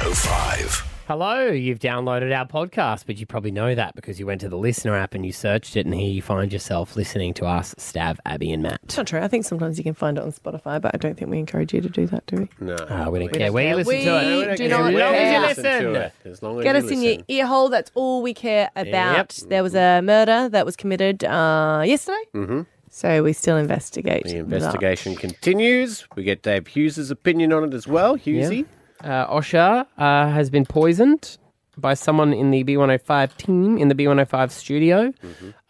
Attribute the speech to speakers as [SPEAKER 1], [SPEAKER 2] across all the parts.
[SPEAKER 1] oh
[SPEAKER 2] Hello, you've downloaded our podcast, but you probably know that because you went to the listener app and you searched it, and here you find yourself listening to us, Stav, Abby, and Matt.
[SPEAKER 3] It's not true. I think sometimes you can find it on Spotify, but I don't think we encourage you to do that, do we?
[SPEAKER 4] No.
[SPEAKER 2] Uh, we don't care where you listen
[SPEAKER 3] We
[SPEAKER 2] to it.
[SPEAKER 3] do
[SPEAKER 2] As
[SPEAKER 3] not
[SPEAKER 2] long as you
[SPEAKER 3] care.
[SPEAKER 2] listen.
[SPEAKER 4] to it. As long as
[SPEAKER 3] Get
[SPEAKER 4] you
[SPEAKER 3] us
[SPEAKER 4] listen.
[SPEAKER 3] in your ear hole. That's all we care about. There was a murder that was committed uh, yesterday. Mm-hmm. So we still investigate.
[SPEAKER 4] The
[SPEAKER 3] that.
[SPEAKER 4] investigation continues. We get Dave Hughes' opinion on it as well. Hughesy.
[SPEAKER 2] Uh, Osha uh, has been poisoned by someone in the B105 team in the B105 studio.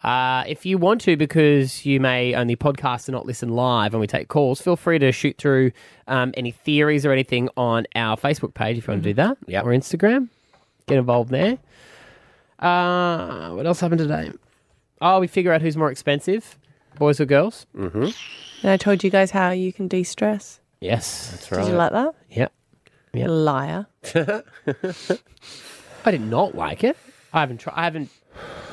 [SPEAKER 2] Uh, if you want to, because you may only podcast and not listen live and we take calls, feel free to shoot through um, any theories or anything on our Facebook page if you want to do that
[SPEAKER 4] Yep.
[SPEAKER 2] or Instagram. Get involved there. Uh, what else happened today? Oh, we figure out who's more expensive, boys or girls.
[SPEAKER 4] Mm-hmm.
[SPEAKER 3] And I told you guys how you can de stress.
[SPEAKER 2] Yes, that's
[SPEAKER 3] Did you like that?
[SPEAKER 2] Yep. Yeah.
[SPEAKER 3] Liar.
[SPEAKER 2] I did not like it. I haven't try- I haven't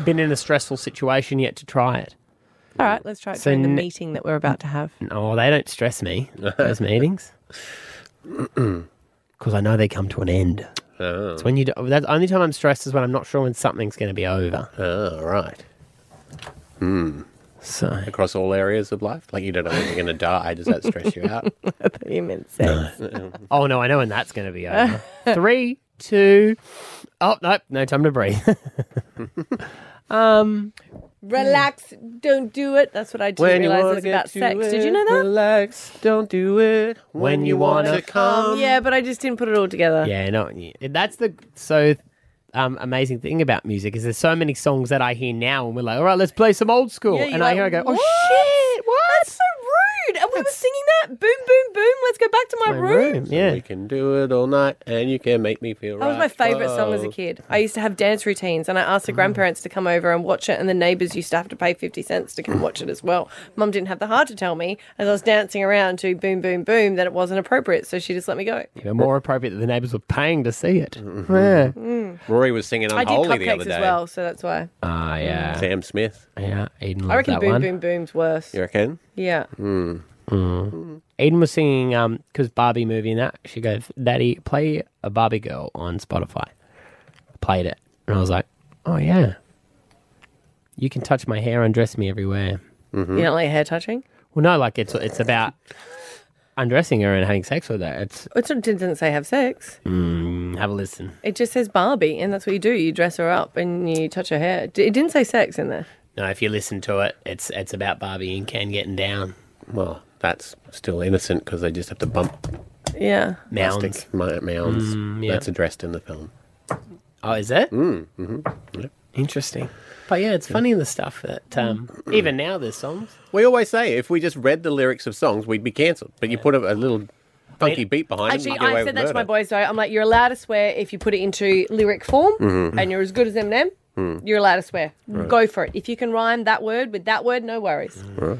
[SPEAKER 2] been in a stressful situation yet to try it.
[SPEAKER 3] All right, let's try it
[SPEAKER 2] So
[SPEAKER 3] during the
[SPEAKER 2] ne-
[SPEAKER 3] meeting that we're about to have.
[SPEAKER 2] No, they don't stress me those meetings because I know they come to an end.
[SPEAKER 4] Oh,
[SPEAKER 2] It's when you do, that's the only time I'm stressed is when I'm not sure when something's going to be over.
[SPEAKER 4] oh, right. Hmm.
[SPEAKER 2] So
[SPEAKER 4] Across all areas of life, like you don't know when you're going to die. Does that stress you out?
[SPEAKER 3] I thought you meant sex.
[SPEAKER 2] oh no, I know when that's going to be over. Three, two, oh nope, no time to breathe.
[SPEAKER 3] Um, Relax, don't do it. That's what I do realize it's about sex. Did you know that?
[SPEAKER 4] Relax. Don't do it
[SPEAKER 2] When you wanna
[SPEAKER 4] come.
[SPEAKER 3] Um, yeah, but I just didn't put it all together.
[SPEAKER 2] yeah, no, yeah. that's the so um, amazing thing about music is there's so many songs that I hear now and we're like, all right, let's play some old school,
[SPEAKER 3] Yeah,
[SPEAKER 2] and
[SPEAKER 3] you're
[SPEAKER 2] I hear I go,
[SPEAKER 3] what?
[SPEAKER 2] oh
[SPEAKER 3] shit, what? That's so rude. And we were singing that. Boom, boom, boom. Let's go back to my,
[SPEAKER 2] shit,
[SPEAKER 3] room.
[SPEAKER 2] room,
[SPEAKER 4] Yeah.
[SPEAKER 2] yeah.
[SPEAKER 4] We can do it all night, and you can make me feel.
[SPEAKER 3] That was my favourite song as a kid. I used to have dance routines and I asked the
[SPEAKER 2] Mm.
[SPEAKER 3] grandparents to come over and watch it, and the neighbours used to have to pay 50 cents to come watch it as well. Mum didn't have the heart to tell me as I was dancing around to boom, boom, boom that it wasn't appropriate, so she just let me go.
[SPEAKER 2] You know, more appropriate that the neighbours were paying to see it. Yeah.
[SPEAKER 4] Mm-hmm. Mm. Rory was singing
[SPEAKER 3] I did
[SPEAKER 4] "Unholy" the
[SPEAKER 3] cupcakes
[SPEAKER 4] other
[SPEAKER 3] as
[SPEAKER 4] day.
[SPEAKER 3] well, so that's why.
[SPEAKER 2] Ah, yeah.
[SPEAKER 4] Mm. Sam Smith,
[SPEAKER 2] Yeah, Eden loved
[SPEAKER 3] I
[SPEAKER 2] Mm,
[SPEAKER 3] reckon
[SPEAKER 2] that
[SPEAKER 3] boom,
[SPEAKER 2] one.
[SPEAKER 3] boom, boom's worse.
[SPEAKER 4] you reckon?
[SPEAKER 3] Yeah.
[SPEAKER 4] Hmm.
[SPEAKER 2] Mm. Eden was singing, um, because Barbie movie and that, she goes, Daddy, play a Barbie girl on Spotify. Played it. And I was like, oh, yeah. You can touch my hair, undress me everywhere.
[SPEAKER 4] Mm-hmm.
[SPEAKER 2] Mm.
[SPEAKER 3] You don't like hair touching?
[SPEAKER 2] Well, no, like it's it's about undressing her and having sex with her. It's
[SPEAKER 3] It sort of didn't say have sex.
[SPEAKER 2] mm, have a listen.
[SPEAKER 3] It just says Barbie, and that's what you do. You dress her up and you touch her hair. D- It didn't say sex in there.
[SPEAKER 2] No, if you listen to it, it's it's about Barbie and Ken getting down
[SPEAKER 4] Well, that's still innocent because they just have to bump
[SPEAKER 3] Yeah.
[SPEAKER 2] mounds. Mm,
[SPEAKER 4] plastic mi- mounds.
[SPEAKER 2] yeah.
[SPEAKER 4] That's addressed in the film.
[SPEAKER 2] Oh, is it? Mm, mm-hmm.
[SPEAKER 4] Yep.
[SPEAKER 2] Interesting. But yeah, it's funny the stuff that um,
[SPEAKER 4] Mm.
[SPEAKER 2] even now there's songs.
[SPEAKER 4] We always say if we just read the lyrics of songs, we'd be cancelled. But you put a, a little funky beat behind it,
[SPEAKER 3] Actually,
[SPEAKER 4] and you get away
[SPEAKER 3] I
[SPEAKER 4] with
[SPEAKER 3] said that to my
[SPEAKER 4] murder.
[SPEAKER 3] boys though. I'm like, you're allowed to swear if you put it into lyric form,
[SPEAKER 4] Mm-hmm.
[SPEAKER 3] and you're as good as Eminem.
[SPEAKER 4] Mm.
[SPEAKER 3] You're allowed to swear. Go for it. If you can rhyme that word with that word, no worries.
[SPEAKER 4] Mm-hmm.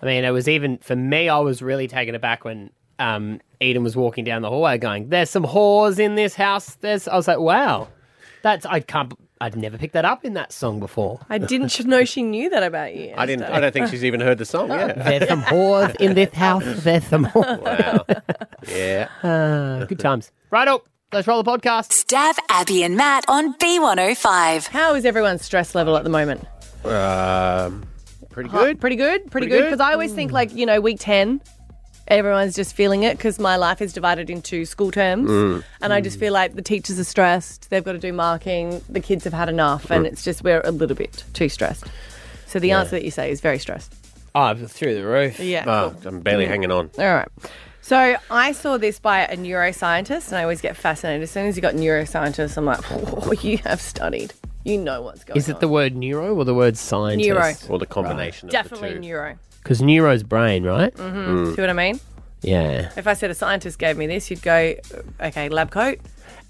[SPEAKER 2] I mean, it was even for me. I was really taken aback when um, Eden was walking down the hallway, going, "There's some whores in this house." There's. I was like, "Wow, that's I can't. I'd never picked that up in that song before."
[SPEAKER 3] I didn't sh- know she knew that about you.
[SPEAKER 4] I didn't. I don't think she's even heard the song. Yeah.
[SPEAKER 2] There's some whores in this house. There's some whores.
[SPEAKER 4] wow. Yeah.
[SPEAKER 2] Uh, good times. Right up. Let's roll the podcast.
[SPEAKER 5] Stav, Abby, and Matt on B105.
[SPEAKER 3] How is everyone's stress level at the moment?
[SPEAKER 4] Um, pretty
[SPEAKER 3] Hi-
[SPEAKER 4] good.
[SPEAKER 3] Pretty good. Pretty,
[SPEAKER 4] good.
[SPEAKER 3] good. Because I always think, like, you know, week 10, everyone's just feeling it because my life is divided into school terms.
[SPEAKER 4] Mm.
[SPEAKER 3] And I just feel like the teachers are stressed. They've got to do marking. The kids have had enough. And it's just, we're a little bit too stressed. So the answer that you say is very stressed.
[SPEAKER 2] Oh, through the roof.
[SPEAKER 3] Yeah.
[SPEAKER 4] Oh, I'm barely hanging on.
[SPEAKER 3] All right. So I saw this by a neuroscientist, and I always get fascinated. As soon as you got neuroscientists, I'm like, oh, you have studied. You know what's going on.
[SPEAKER 2] Is it the word neuro or the word scientist?
[SPEAKER 3] Neuro.
[SPEAKER 4] Or the combination. Of
[SPEAKER 3] Definitely
[SPEAKER 4] the two. Mm.
[SPEAKER 3] neuro. Mm-hmm.
[SPEAKER 2] Because neuro's brain, right?
[SPEAKER 3] See what I mean?
[SPEAKER 2] Yeah.
[SPEAKER 3] If I said a scientist gave me this, you'd go, okay, lab coat,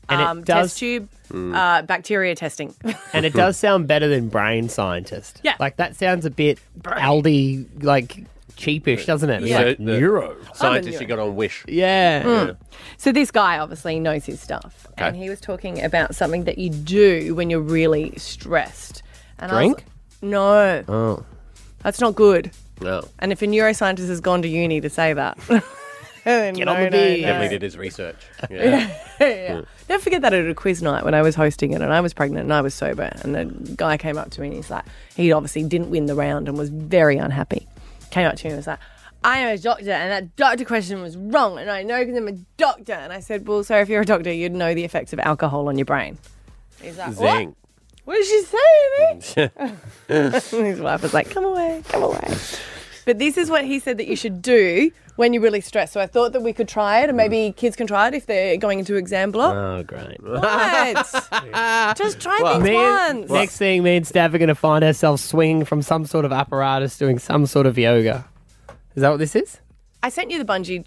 [SPEAKER 2] And it
[SPEAKER 3] um,
[SPEAKER 2] does-
[SPEAKER 3] test tube,
[SPEAKER 4] Mm.
[SPEAKER 3] uh, bacteria testing.
[SPEAKER 2] and it does sound better than brain scientist.
[SPEAKER 3] Yeah.
[SPEAKER 2] like that sounds a bit Aldi like cheapish, doesn't it? It's
[SPEAKER 3] Yeah.
[SPEAKER 2] like
[SPEAKER 4] So the-
[SPEAKER 2] neuro.
[SPEAKER 4] Scientist, you got on Wish.
[SPEAKER 2] Yeah.
[SPEAKER 3] Hmm. so this guy obviously knows his stuff, and he was talking about something that you do when you're really stressed. And I was-
[SPEAKER 2] Drink? Oh.
[SPEAKER 3] no. That's not good.
[SPEAKER 4] No.
[SPEAKER 3] And if a neuroscientist has gone to uni to say that,
[SPEAKER 2] Get on the beach.
[SPEAKER 4] Definitely did his research. Yeah.
[SPEAKER 3] yeah. Never forget that at a quiz night when I was hosting it and I was pregnant and I was sober. And the guy came up to me and he's like, he obviously didn't win the round and was very unhappy. Came up to me and was like, I am a doctor and that doctor question was wrong. And I know because I'm a doctor. And I said, well, so if you're a doctor, you'd know the effects of alcohol on your brain. He's like, what?
[SPEAKER 4] Zing.
[SPEAKER 3] What did she say, bitch? And His wife was like, come away, come away. But this is what he said that you should do when you're really stressed. So I thought that we could try it, and maybe
[SPEAKER 4] Mm.
[SPEAKER 3] kids can try it if they're going into exam block.
[SPEAKER 2] Oh, great.
[SPEAKER 3] What? Just try things
[SPEAKER 2] Me and-
[SPEAKER 3] once.
[SPEAKER 2] next thing, me and Stav are going to find ourselves swinging from some sort of apparatus doing some sort of yoga. Is that what this is?
[SPEAKER 3] I sent you the bungee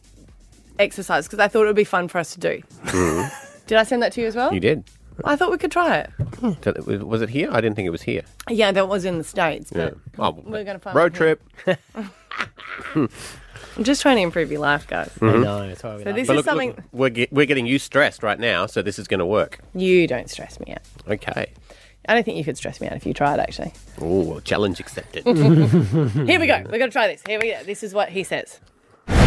[SPEAKER 3] exercise because I thought it would be fun for us to do.
[SPEAKER 4] Hmm.
[SPEAKER 3] Did I send that to you as well?
[SPEAKER 4] You did.
[SPEAKER 3] I thought we could try it.
[SPEAKER 4] So that- was- Was Hmm. it here? I didn't think it was here.
[SPEAKER 3] Yeah, that was in the States,
[SPEAKER 4] Yeah.
[SPEAKER 3] but
[SPEAKER 4] Oh,
[SPEAKER 3] We're gonna find
[SPEAKER 4] road
[SPEAKER 3] one
[SPEAKER 4] trip. Hmm.
[SPEAKER 3] I'm just trying to improve your life, guys.
[SPEAKER 2] I know. That's why we love it.
[SPEAKER 3] So this
[SPEAKER 4] Mm-hmm. But
[SPEAKER 3] is
[SPEAKER 4] look,
[SPEAKER 3] something
[SPEAKER 4] look, we're get, we're getting you stressed right now, so this is going to work.
[SPEAKER 3] you don't stress me out.
[SPEAKER 4] Okay.
[SPEAKER 3] I don't think you could stress me out if you tried, actually.
[SPEAKER 4] Oh, well, challenge accepted.
[SPEAKER 3] Here we go. We're going to try this. Here we go. This is what he says.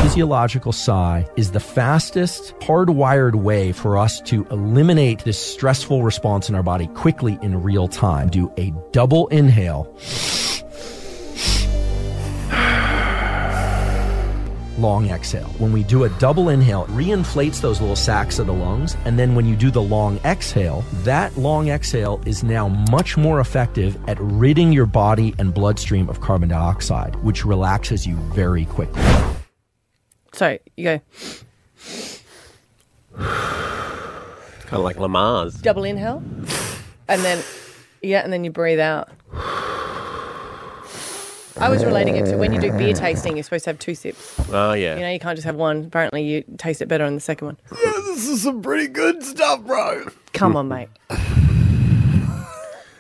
[SPEAKER 6] Physiological sigh is the fastest, hardwired way for us to eliminate this stressful response in our body quickly in real time. Do a double inhale. Long exhale. When we do a double inhale, it reinflates those little sacs of the lungs. And then when you do the long exhale, that long exhale is now much more effective at ridding your body and bloodstream of carbon dioxide, which relaxes you very quickly.
[SPEAKER 3] So you go
[SPEAKER 4] kind of like Lamar's.
[SPEAKER 3] double inhale, and then yeah, and then you breathe out. I was relating it to when you do beer tasting, you're supposed to have two sips.
[SPEAKER 4] Oh, yeah.
[SPEAKER 3] You know, you can't just have one. Apparently, you taste it better on the second one.
[SPEAKER 4] this is some pretty good stuff, bro.
[SPEAKER 3] Come on, mate.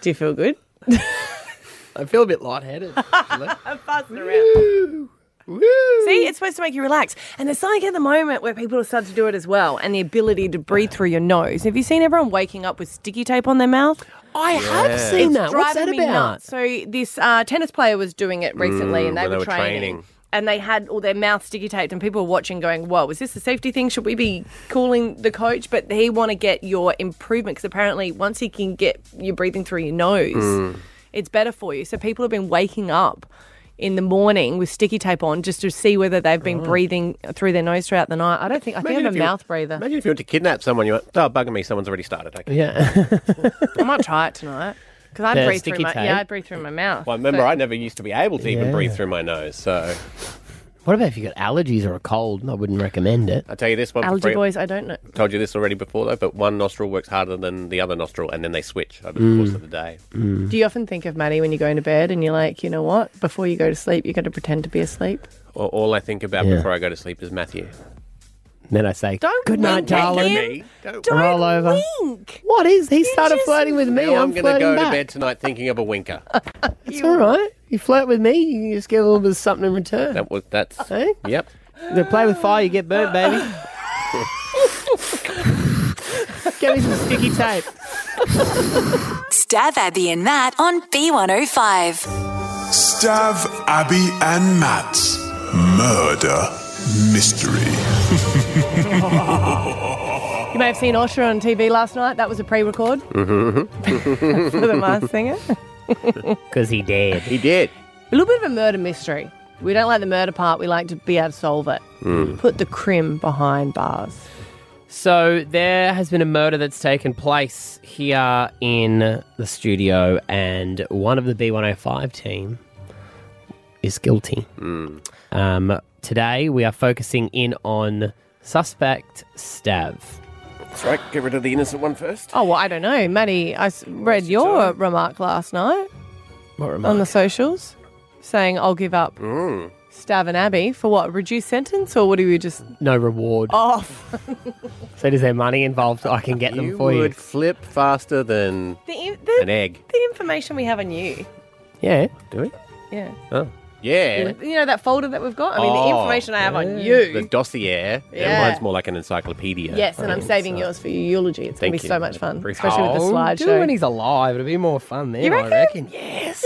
[SPEAKER 3] Do you feel good?
[SPEAKER 2] I feel a bit lightheaded.
[SPEAKER 3] Passing around. See, it's supposed to make you relax. And there's something at the moment where people have started to do it as well, and the ability to breathe through your nose. Have you seen everyone waking up with sticky tape on their mouth?
[SPEAKER 2] I have seen that. What's that
[SPEAKER 3] driving me
[SPEAKER 2] about? Mm,
[SPEAKER 3] nuts. So this uh, tennis player was doing it recently, and they,
[SPEAKER 4] Mm, when
[SPEAKER 3] were, training. And they had all their mouth sticky taped, and people were watching, going, "Whoa, is this a safety thing? Should we be calling the coach?" But they want to get your improvement because apparently, once you can get you breathing through your nose,
[SPEAKER 4] Mm.
[SPEAKER 3] it's better for you. So people have been waking up in the morning with sticky tape on just to see whether they've been breathing through their nose throughout the night. I don't think I think I'm a
[SPEAKER 4] you-
[SPEAKER 3] mouth breather.
[SPEAKER 4] Mm. Imagine if you went to kidnap someone, you went, oh, bugging me, someone's already started. Okay.
[SPEAKER 2] Yeah.
[SPEAKER 3] I might try it tonight because I
[SPEAKER 2] The
[SPEAKER 3] breathe through
[SPEAKER 2] sticky
[SPEAKER 3] my
[SPEAKER 2] tape?
[SPEAKER 3] yeah I breathe through my mouth.
[SPEAKER 4] Well, remember,
[SPEAKER 3] So-
[SPEAKER 4] I never used to be able to even
[SPEAKER 2] Yeah.
[SPEAKER 4] breathe through my nose. So
[SPEAKER 2] what about if you got allergies or a cold? I wouldn't recommend it.
[SPEAKER 4] I tell you this one. for
[SPEAKER 3] Algae
[SPEAKER 4] free.
[SPEAKER 3] boys, I don't know.
[SPEAKER 4] told you this already before, though, but one nostril works harder than the other nostril, and then they switch over the
[SPEAKER 2] Hmm.
[SPEAKER 4] course of the day.
[SPEAKER 3] Do you often think of Maddie when you go into bed and you're like, you know what? Before you go to sleep, you got to pretend to be asleep.
[SPEAKER 4] All, all I think about
[SPEAKER 2] Yeah.
[SPEAKER 4] before I go to sleep is Matthew.
[SPEAKER 2] Then I say,
[SPEAKER 3] Don't
[SPEAKER 2] good night,
[SPEAKER 3] wink at
[SPEAKER 2] darling.
[SPEAKER 3] him.
[SPEAKER 4] Me? Don't-
[SPEAKER 3] Don't
[SPEAKER 2] Roll over.
[SPEAKER 3] wink.
[SPEAKER 2] What is? He started
[SPEAKER 3] just-
[SPEAKER 2] flirting with me.
[SPEAKER 4] Now I'm
[SPEAKER 2] I'm,
[SPEAKER 4] going to
[SPEAKER 2] flirting
[SPEAKER 4] go
[SPEAKER 2] back.
[SPEAKER 4] to bed tonight thinking of a winker.
[SPEAKER 2] It's all right. You flirt with me, you just get a little bit of something in return.
[SPEAKER 4] That was that's.
[SPEAKER 2] Eh?
[SPEAKER 4] Yep.
[SPEAKER 2] They play with fire, you get burnt, baby. Get me some sticky tape.
[SPEAKER 5] Stab Abby and Matt on B105.
[SPEAKER 7] Stav, Abby, and Matt's murder mystery.
[SPEAKER 3] You may have seen Osher on TV last night. That was a pre-record for the Masked Singer. A
[SPEAKER 2] Because he did.
[SPEAKER 4] He did.
[SPEAKER 3] little bit of a murder mystery. We don't like the murder part. We like to be able to solve it.
[SPEAKER 2] Hmm.
[SPEAKER 3] Put the crim behind bars.
[SPEAKER 2] So there has been a murder that's taken place here in the studio, and one of the B105 team is guilty.
[SPEAKER 4] Hmm.
[SPEAKER 2] Um, today we are focusing in on suspect Stav.
[SPEAKER 4] That's right. Get rid of the innocent one first.
[SPEAKER 3] Oh well, I don't know, Maddie. I s- read your remark last night.
[SPEAKER 2] What remark?
[SPEAKER 3] on the socials saying I'll give up Stav and Abby for what? Reduced sentence or what do you just
[SPEAKER 2] no reward.
[SPEAKER 4] Oh.
[SPEAKER 3] off?
[SPEAKER 2] So is there money involved? I can get them
[SPEAKER 4] You
[SPEAKER 2] for
[SPEAKER 4] would
[SPEAKER 2] you.
[SPEAKER 4] flip faster than
[SPEAKER 3] The,
[SPEAKER 4] an egg.
[SPEAKER 3] the information we have on you.
[SPEAKER 2] Yeah.
[SPEAKER 4] Do we?
[SPEAKER 3] Yeah.
[SPEAKER 4] Oh. Yeah.
[SPEAKER 3] You know that folder that we've got? I mean, the
[SPEAKER 4] Oh,
[SPEAKER 3] information I have on
[SPEAKER 4] The
[SPEAKER 3] you.
[SPEAKER 4] dossier.
[SPEAKER 3] Yeah.
[SPEAKER 4] Yeah. Mine's more like an encyclopedia.
[SPEAKER 3] Yes, and I'm saving yours for your eulogy. It's going to
[SPEAKER 4] Thank
[SPEAKER 3] be
[SPEAKER 4] you.
[SPEAKER 3] so much fun,
[SPEAKER 4] Appreciate
[SPEAKER 3] especially with
[SPEAKER 2] Oh, do
[SPEAKER 3] the
[SPEAKER 2] it when
[SPEAKER 3] slideshow.
[SPEAKER 2] he's alive. It'll be more fun then.
[SPEAKER 3] You
[SPEAKER 2] I
[SPEAKER 3] reckon?
[SPEAKER 2] reckon. Yes.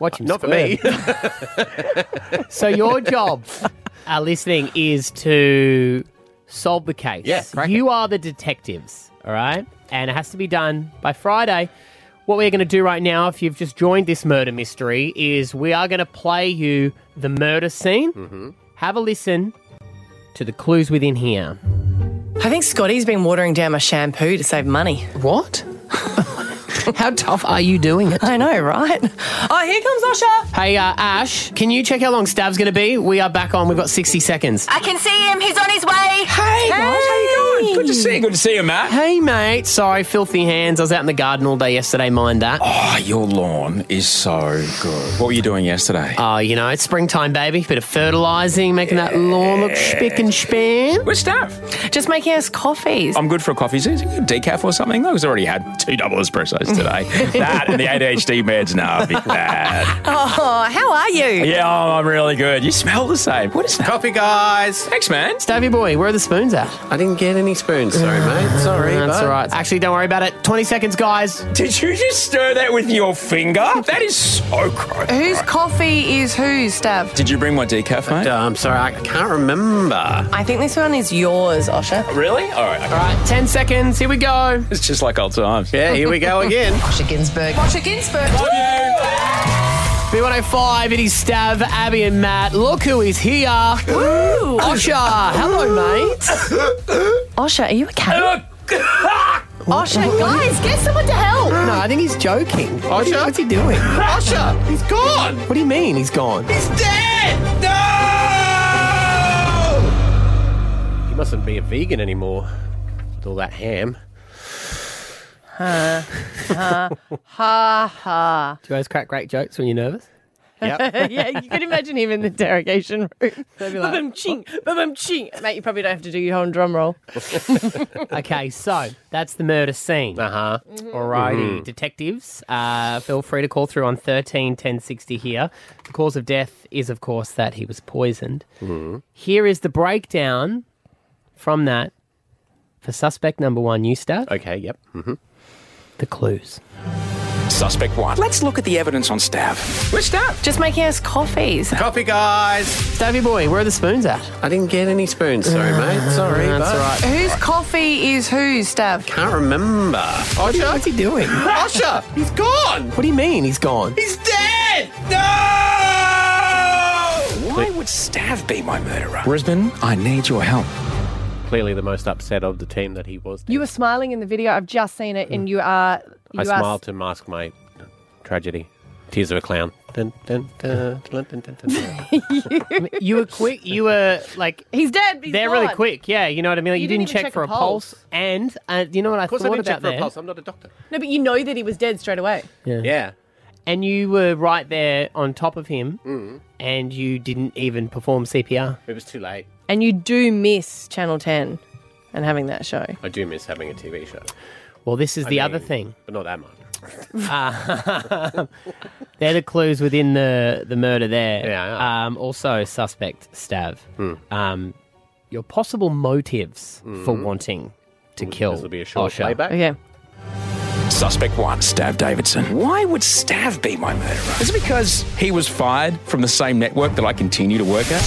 [SPEAKER 2] Watch him.
[SPEAKER 4] Not for
[SPEAKER 2] squirm.
[SPEAKER 4] me.
[SPEAKER 2] so your job are listening is to solve the case.
[SPEAKER 4] Yeah, crack it.
[SPEAKER 2] you are the detectives, all right? And it has to be done by Friday. What we're going to do right now, if you've just joined this murder mystery, is we are going to play you the murder scene. Mm-hmm. Have a listen to the clues within here.
[SPEAKER 3] I think Scotty's been watering down my shampoo to save money.
[SPEAKER 1] What? How tough are you doing it?
[SPEAKER 3] I know, right? Oh, here comes Usher.
[SPEAKER 2] Hey, uh, Ash, can you check how long Stav's going to be? We are back on. We've got 60 seconds.
[SPEAKER 5] I can see him. He's on his way.
[SPEAKER 1] Hey, guys, how you going? Good to see you. Good to see you, Matt.
[SPEAKER 2] Hey, mate. Sorry, filthy hands. I was out in the garden all day yesterday. Mind that.
[SPEAKER 1] Oh, your lawn is so good. What were you doing yesterday?
[SPEAKER 2] Oh, you know, it's springtime, baby. Bit of fertilizing, making that lawn look spick and span.
[SPEAKER 1] Which staff?
[SPEAKER 3] Just making us coffees.
[SPEAKER 1] I'm good for a coffee. Is it decaf or something? I was already had two double espressos today. that and the ADHD meds. No, big bad.
[SPEAKER 3] Oh, how are you?
[SPEAKER 1] Yeah, oh, I'm really good. You smell the same. What is that?
[SPEAKER 4] Coffee, guys.
[SPEAKER 1] Thanks, man.
[SPEAKER 2] Stavy boy, where are the spoons at?
[SPEAKER 4] I didn't get any spoons. Sorry, mate. Sorry.
[SPEAKER 2] That's
[SPEAKER 4] bud.
[SPEAKER 2] all right. Actually, don't worry about it. 20 seconds, guys.
[SPEAKER 1] Did you just stir that with your finger? That is so gross.
[SPEAKER 8] Whose coffee is whose, Stav?
[SPEAKER 1] Did you bring my decaf, mate?
[SPEAKER 4] Uh, I'm sorry. I can't remember.
[SPEAKER 3] I think this one is yours, Osha.
[SPEAKER 1] Really? All right. okay.
[SPEAKER 2] All right, 10 seconds. Here we go.
[SPEAKER 1] It's just like old times.
[SPEAKER 4] Yeah, here we go again.
[SPEAKER 8] Osha Ginsburg.
[SPEAKER 2] B105, it is Stav, Abby, and Matt. Look who is here. Osha. Hello, mate.
[SPEAKER 3] Osha, are you okay? Osha, guys, get someone to help.
[SPEAKER 2] No, I think he's joking. Osha? What's he doing?
[SPEAKER 4] Usher, he's gone.
[SPEAKER 2] What do you mean he's gone?
[SPEAKER 4] He's dead. No. He mustn't be a vegan anymore with all that ham.
[SPEAKER 3] Ha ha.
[SPEAKER 2] Do you guys crack great jokes when you're nervous?
[SPEAKER 4] Yep.
[SPEAKER 3] yeah, you can imagine him in the interrogation room. Ba-bum ching, ba-bum ching. Mate, you probably don't have to do your own drum roll.
[SPEAKER 2] Okay, so that's the murder scene. Mm-hmm.
[SPEAKER 4] Uh huh.
[SPEAKER 2] Alrighty,
[SPEAKER 4] Mm-hmm.
[SPEAKER 2] detectives, uh, feel free to call through on 13 1060 here. The cause of death is, of course, that he was poisoned.
[SPEAKER 4] Mm-hmm.
[SPEAKER 2] Here is the breakdown from that for suspect number one, you start
[SPEAKER 4] Okay. Yep. Mm-hmm.
[SPEAKER 2] the clues.
[SPEAKER 1] Suspect one. Let's look at the evidence on Stav. Which Stav?
[SPEAKER 3] Just making us coffees.
[SPEAKER 4] Coffee, guys.
[SPEAKER 2] Stavy boy, where are the spoons at?
[SPEAKER 4] I didn't get any spoons. Sorry, mate. Sorry.
[SPEAKER 2] That's
[SPEAKER 4] bud.
[SPEAKER 2] all right.
[SPEAKER 8] Whose coffee is whose, Stav?
[SPEAKER 4] Can't remember. Oh, Osher,
[SPEAKER 2] What's he doing?
[SPEAKER 4] Usher, he's gone.
[SPEAKER 2] What do you mean he's gone?
[SPEAKER 4] He's dead. No.
[SPEAKER 1] Why would Stav be my murderer? Brisbane, I need your help.
[SPEAKER 4] Clearly, the most upset of the team that he was.
[SPEAKER 8] You were smiling in the video. I've just seen it, and you are. You
[SPEAKER 4] I
[SPEAKER 8] are
[SPEAKER 4] smiled to mask my tragedy. Tears of a clown. Dun, dun, dun, dun, dun, dun, dun, dun.
[SPEAKER 2] You were quick. You were like.
[SPEAKER 8] He's dead. he's
[SPEAKER 2] They're really
[SPEAKER 8] gone.
[SPEAKER 2] quick, yeah. You know what I mean. Like, you, didn't, check, for a pulse, and uh, you know what I
[SPEAKER 4] Of course, I
[SPEAKER 2] thought
[SPEAKER 4] didn't check
[SPEAKER 2] about
[SPEAKER 4] for a
[SPEAKER 2] there.
[SPEAKER 4] pulse. I'm not a doctor.
[SPEAKER 3] No, but you know that he was dead straight away.
[SPEAKER 4] Yeah.
[SPEAKER 2] and you were right there on top of him, and you didn't even perform CPR.
[SPEAKER 4] It was too late.
[SPEAKER 3] And you do miss Channel 10 and having that show.
[SPEAKER 4] I do miss having a TV show,
[SPEAKER 2] Well, this is the other
[SPEAKER 4] mean-
[SPEAKER 2] thing.
[SPEAKER 4] but not that much.
[SPEAKER 2] They're the clues within the the murder there.
[SPEAKER 4] Yeah, Hmm. yeah.
[SPEAKER 2] Um, also, suspect Stav. Um, your possible motives for wanting to kill.
[SPEAKER 4] Hmm. This will be a short
[SPEAKER 2] Osha.
[SPEAKER 4] playback.
[SPEAKER 3] Okay.
[SPEAKER 1] Suspect one, Stav Davidson. Why would Stav be my murderer? Is it because he was fired from the same network that I continue to work at?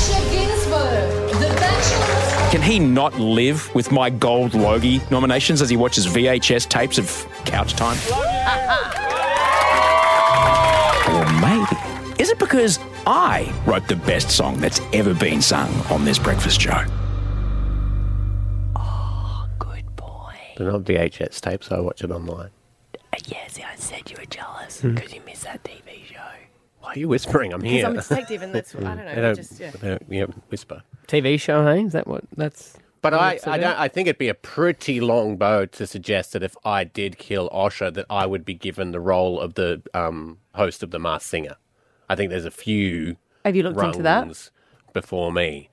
[SPEAKER 1] Can he not live with my gold Logie nominations as he watches VHS tapes of Couch Time? or maybe. Is it because I wrote the best song that's ever been sung on this breakfast show?
[SPEAKER 3] Good boy.
[SPEAKER 4] They're not VHS tapes. I watch it online.
[SPEAKER 3] Uh, Yeah, see, I said you were jealous because you missed that TV show.
[SPEAKER 4] Why are you Hmm. whispering? I'm
[SPEAKER 3] Because
[SPEAKER 4] here. Hmm.
[SPEAKER 3] I'm a detective and that's, I don't know,
[SPEAKER 4] They don't,
[SPEAKER 3] just, yeah.
[SPEAKER 4] they don't, you know, whisper.
[SPEAKER 2] TV show, hey? Is that what? That's.
[SPEAKER 4] But I,
[SPEAKER 2] it's
[SPEAKER 4] I,
[SPEAKER 2] about-
[SPEAKER 4] don't, I think it'd be a pretty long bow to suggest that if I did kill Osha, that I would be given the role of the um, host of The Masked Singer. I think there's a few
[SPEAKER 3] Have you looked
[SPEAKER 4] rungs
[SPEAKER 3] into that?
[SPEAKER 4] before me.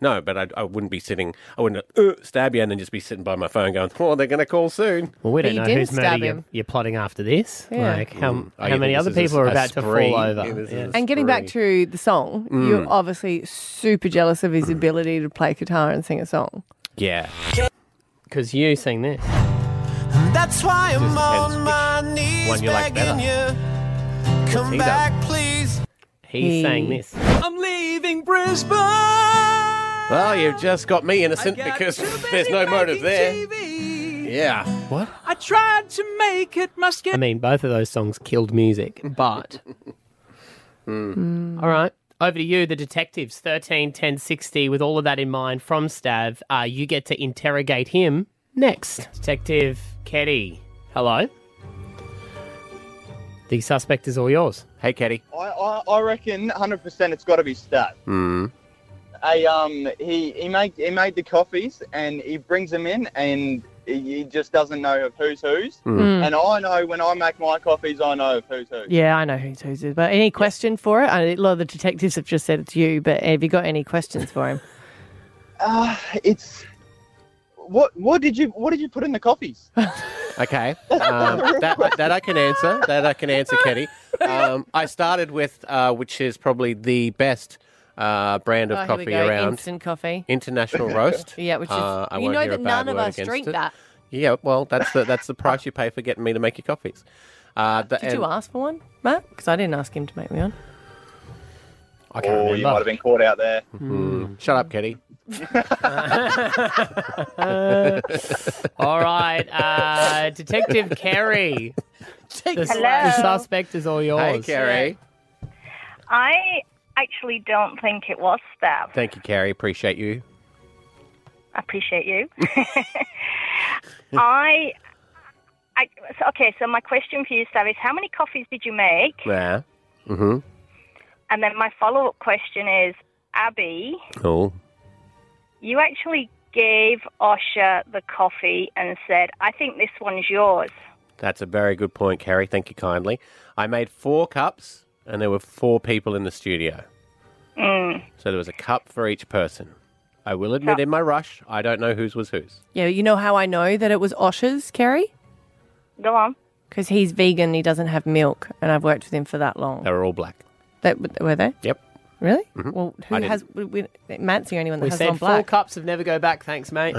[SPEAKER 4] No, but I, I wouldn't be sitting, I wouldn't uh, stab you and then just be sitting by my phone going, oh, they're going to call soon.
[SPEAKER 2] Well, we
[SPEAKER 3] But
[SPEAKER 2] don't
[SPEAKER 3] you
[SPEAKER 2] know
[SPEAKER 3] didn't
[SPEAKER 2] whose
[SPEAKER 3] stab
[SPEAKER 2] murder you're,
[SPEAKER 3] him.
[SPEAKER 2] you're plotting after this.
[SPEAKER 3] Yeah.
[SPEAKER 2] Like how,
[SPEAKER 4] Oh,
[SPEAKER 2] how
[SPEAKER 4] you
[SPEAKER 2] many
[SPEAKER 4] think
[SPEAKER 2] other
[SPEAKER 4] this is
[SPEAKER 2] people
[SPEAKER 4] a-
[SPEAKER 2] are
[SPEAKER 4] a
[SPEAKER 2] about to
[SPEAKER 4] spree?
[SPEAKER 2] fall over?
[SPEAKER 4] Yeah, this is
[SPEAKER 2] Yeah.
[SPEAKER 4] a
[SPEAKER 3] And getting back
[SPEAKER 4] spree.
[SPEAKER 3] to the song,
[SPEAKER 4] Hmm.
[SPEAKER 3] you're obviously super jealous of his ability to play guitar and sing a song.
[SPEAKER 4] Yeah.
[SPEAKER 2] Because you sing this.
[SPEAKER 9] That's why I'm
[SPEAKER 4] depends
[SPEAKER 9] on my knees
[SPEAKER 4] one you like
[SPEAKER 9] begging you. Come
[SPEAKER 4] he done?
[SPEAKER 9] back, please.
[SPEAKER 2] He sang
[SPEAKER 3] He-
[SPEAKER 2] this.
[SPEAKER 9] I'm leaving Brisbane.
[SPEAKER 4] Well, you've just got me innocent
[SPEAKER 9] I got
[SPEAKER 4] because
[SPEAKER 9] too busy
[SPEAKER 4] there's no motive
[SPEAKER 9] making
[SPEAKER 4] there.
[SPEAKER 9] TV.
[SPEAKER 4] Yeah.
[SPEAKER 2] What?
[SPEAKER 9] I tried to make it, must
[SPEAKER 2] I
[SPEAKER 9] get
[SPEAKER 2] mean, both of those songs killed music, but.
[SPEAKER 4] Hmm.
[SPEAKER 2] All right. Over to you, the detectives. 13, 10, 60, with all of that in mind from Stav. Uh, you get to interrogate him next. Detective Keddy, hello. The suspect is all yours.
[SPEAKER 4] Hey, Katie.
[SPEAKER 10] I, I, I reckon 100% it's got to be Stat.
[SPEAKER 2] Hmm.
[SPEAKER 4] Mm.
[SPEAKER 10] I, um, he, he, made, he made the coffees and he brings them in and he he just doesn't know of who's who's.
[SPEAKER 4] Hmm.
[SPEAKER 3] Mm.
[SPEAKER 10] And I know when I make my coffees, I know of who's who.
[SPEAKER 3] Yeah, I know who's who's who. But any question for it? I, a lot of the detectives have just said it's you, but have you got any questions for him?
[SPEAKER 10] Uh, it's... What, what did you what did you put in the coffees?
[SPEAKER 4] Okay. Um, that, that I can answer. That I can answer, Katie. Um, I started with, uh, which is probably the best uh, brand of
[SPEAKER 3] Oh, here we
[SPEAKER 4] coffee
[SPEAKER 3] go.
[SPEAKER 4] around.
[SPEAKER 3] Instant coffee.
[SPEAKER 4] International roast.
[SPEAKER 3] Yeah, which is
[SPEAKER 4] Uh, I
[SPEAKER 3] you
[SPEAKER 4] won't
[SPEAKER 3] know
[SPEAKER 4] hear a
[SPEAKER 3] that
[SPEAKER 4] bad
[SPEAKER 3] none of
[SPEAKER 4] word
[SPEAKER 3] us
[SPEAKER 4] against
[SPEAKER 3] drink
[SPEAKER 4] it.
[SPEAKER 3] that.
[SPEAKER 4] Yeah, well, that's the that's the price you pay for getting me to make your coffees. Uh, the,
[SPEAKER 3] Did you
[SPEAKER 4] and-
[SPEAKER 3] ask for one, Matt? Because I didn't ask him to make me one.
[SPEAKER 4] I can't
[SPEAKER 10] Oh, you might
[SPEAKER 4] remember.
[SPEAKER 10] have been caught out there.
[SPEAKER 4] Mm. Shut up, Katie.
[SPEAKER 2] All right. Uh, Detective Kerry, the,
[SPEAKER 3] Hello.
[SPEAKER 2] the suspect is all
[SPEAKER 4] Hey,
[SPEAKER 2] yours.
[SPEAKER 4] Kerry.
[SPEAKER 11] I actually don't think it was Stab.
[SPEAKER 4] Thank you, Kerry. Appreciate you.
[SPEAKER 11] I appreciate you. I, I so, okay. So my question for you, Stab, is how many coffees did you make?
[SPEAKER 4] Yeah. Mm-hmm.
[SPEAKER 11] And then my follow-up question is, Abby,
[SPEAKER 4] Cool.
[SPEAKER 11] you actually gave Osha the coffee and said, "I think this one's yours."
[SPEAKER 4] That's a very good point, Kerry. Thank you kindly. I made four cups, and there were four people in the studio.
[SPEAKER 11] Mm.
[SPEAKER 4] So there was a cup for each person. I will admit, in my rush, I don't know whose was whose.
[SPEAKER 3] Yeah, you know how I know that it was Osher's, Kerry?
[SPEAKER 11] Go on.
[SPEAKER 3] Because he's vegan, he doesn't have milk, and I've worked with him for that long.
[SPEAKER 4] They were all black.
[SPEAKER 3] That were they?
[SPEAKER 4] Yep. Mm-hmm.
[SPEAKER 3] Really? Well, who
[SPEAKER 4] I didn't.
[SPEAKER 3] has? We, we, Matt's the only one that
[SPEAKER 2] We
[SPEAKER 3] has
[SPEAKER 2] said
[SPEAKER 3] on
[SPEAKER 2] four
[SPEAKER 3] black.
[SPEAKER 2] cups of Never Go Back. Thanks, mate.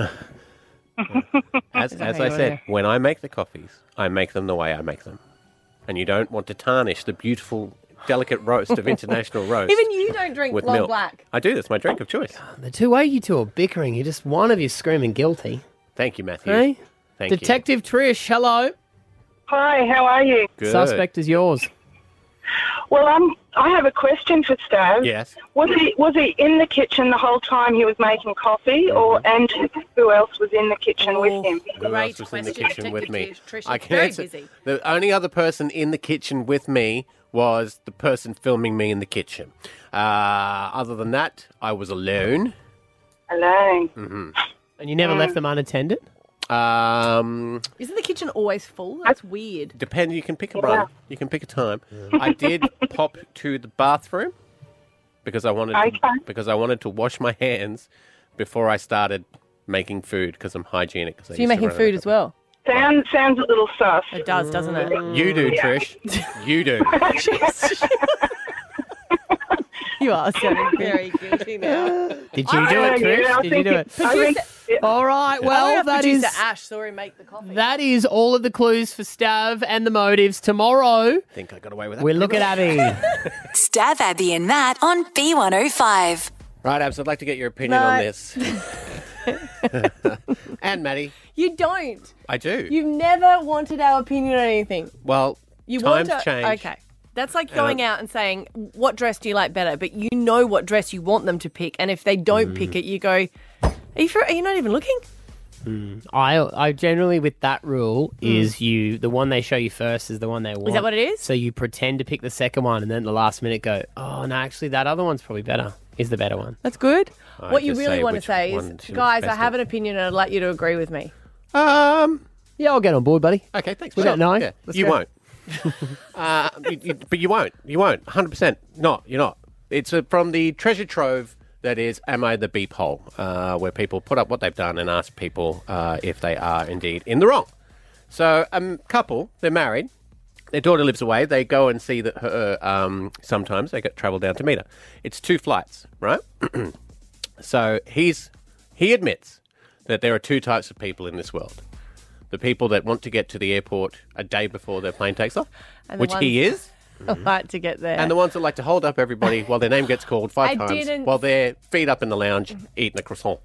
[SPEAKER 4] As, as
[SPEAKER 3] that how
[SPEAKER 4] I
[SPEAKER 3] you were
[SPEAKER 4] said,
[SPEAKER 3] there?
[SPEAKER 4] when I make the coffees, I make them the way I make them. And you don't want to tarnish the beautiful, delicate roast of international roast.
[SPEAKER 3] Even you don't drink
[SPEAKER 4] with
[SPEAKER 3] long
[SPEAKER 4] milk.
[SPEAKER 3] black.
[SPEAKER 4] I do. That's my drink of choice.
[SPEAKER 2] the two way you two are bickering. You just one of you screaming guilty.
[SPEAKER 4] Thank you, Matthew.
[SPEAKER 2] Hey?
[SPEAKER 4] Thank you.
[SPEAKER 2] Detective Trish, hello.
[SPEAKER 12] Hi, how are you?
[SPEAKER 4] Good.
[SPEAKER 2] Suspect is yours.
[SPEAKER 12] Well, I'm. I have a question for Stav.
[SPEAKER 4] Yes.
[SPEAKER 12] Was he was he in the kitchen the whole time he was making coffee, or and who else was in the kitchen
[SPEAKER 3] Oh.
[SPEAKER 12] with him?
[SPEAKER 4] Who else
[SPEAKER 3] Great
[SPEAKER 4] was in the
[SPEAKER 3] question,
[SPEAKER 4] kitchen with me?
[SPEAKER 3] Detective Trish.
[SPEAKER 4] I
[SPEAKER 3] It's
[SPEAKER 4] can
[SPEAKER 3] very
[SPEAKER 4] answer.
[SPEAKER 3] busy.
[SPEAKER 4] The only other person in the kitchen with me was the person filming me in the kitchen. Uh, other than that, I was alone. Mm-hmm.
[SPEAKER 12] Alone.
[SPEAKER 2] And you never left them unattended?
[SPEAKER 4] Um,
[SPEAKER 3] Isn't the kitchen always full? That's weird.
[SPEAKER 4] depend. You can pick a run. You can pick a time. I did pop to the bathroom because I wanted to,
[SPEAKER 12] Okay.
[SPEAKER 4] because I wanted to wash my hands before I started making food because I'm hygienic. 'cause I
[SPEAKER 3] So you're
[SPEAKER 4] used to
[SPEAKER 3] making
[SPEAKER 4] run out of
[SPEAKER 3] food as well.
[SPEAKER 12] Sounds sounds a little sus.
[SPEAKER 3] It does, doesn't it?
[SPEAKER 4] Mm. You do, Trish. You do.
[SPEAKER 3] You are sounding very guilty now.
[SPEAKER 2] Did you do it, Trish? Did you do it?
[SPEAKER 12] I think it-
[SPEAKER 2] All right. Well, that is
[SPEAKER 3] Oh, Ash saw him make the coffee.
[SPEAKER 2] that is all of the clues for Stav and the motives. Tomorrow
[SPEAKER 4] think I got away with that.
[SPEAKER 2] we look at Abby.
[SPEAKER 5] Stav, Abby, and Matt on B105.
[SPEAKER 4] Right, Abs, I'd like to get your opinion on this. and Maddie,
[SPEAKER 3] you don't.
[SPEAKER 4] I do.
[SPEAKER 3] You've never wanted our opinion on anything.
[SPEAKER 4] well,
[SPEAKER 3] You
[SPEAKER 4] times
[SPEAKER 3] want to,
[SPEAKER 4] change.
[SPEAKER 3] Okay. That's like going out and saying, "What dress do you like better?" But you know what dress you want them to pick, and if they don't
[SPEAKER 4] Mm.
[SPEAKER 3] pick it, you go, "Are you, for, are you not even looking?"
[SPEAKER 2] I Mm. I generally with that rule is you the one they show you first is the one they want.
[SPEAKER 3] that what it Mm. is?
[SPEAKER 2] So you pretend to pick the second one and then at the last minute go, Oh no, actually that other one's probably better. Is the better one.
[SPEAKER 3] That's good. what you
[SPEAKER 4] just
[SPEAKER 3] really
[SPEAKER 4] say
[SPEAKER 3] want to
[SPEAKER 4] which
[SPEAKER 3] say
[SPEAKER 4] one
[SPEAKER 3] is,
[SPEAKER 4] she looks
[SPEAKER 3] guys, I
[SPEAKER 4] best
[SPEAKER 3] have
[SPEAKER 4] at."
[SPEAKER 3] an opinion, and I'd like you to agree with me.
[SPEAKER 4] Um.
[SPEAKER 2] Yeah, I'll get on board, buddy.
[SPEAKER 4] Okay. Thanks.
[SPEAKER 2] We
[SPEAKER 4] for
[SPEAKER 2] got
[SPEAKER 4] that.
[SPEAKER 2] nine?
[SPEAKER 4] Yeah,
[SPEAKER 2] Let's
[SPEAKER 4] you
[SPEAKER 2] go.
[SPEAKER 4] won't. uh, you, you- but you won't. You won't. Hundred percent. Not. You're not. It's uh from the treasure trove that is "Am I the Beep Hole," uh, where people put up what they've done and ask people uh, if they are indeed in the wrong. So, a um, couple, they're married. Their daughter lives away. They go and see that her. Um, sometimes they get travel down to meet her. It's two flights, right? so he's he admits that there are two types of people in this world: the people that want to get to the airport a day before their plane takes off,
[SPEAKER 3] And the
[SPEAKER 4] which he is,
[SPEAKER 3] a lot to get there.
[SPEAKER 4] And the ones that like to hold up everybody while their name gets called
[SPEAKER 3] I
[SPEAKER 4] five times
[SPEAKER 3] didn't- Mm-hmm.
[SPEAKER 4] while they're feet up in the lounge eating a croissant.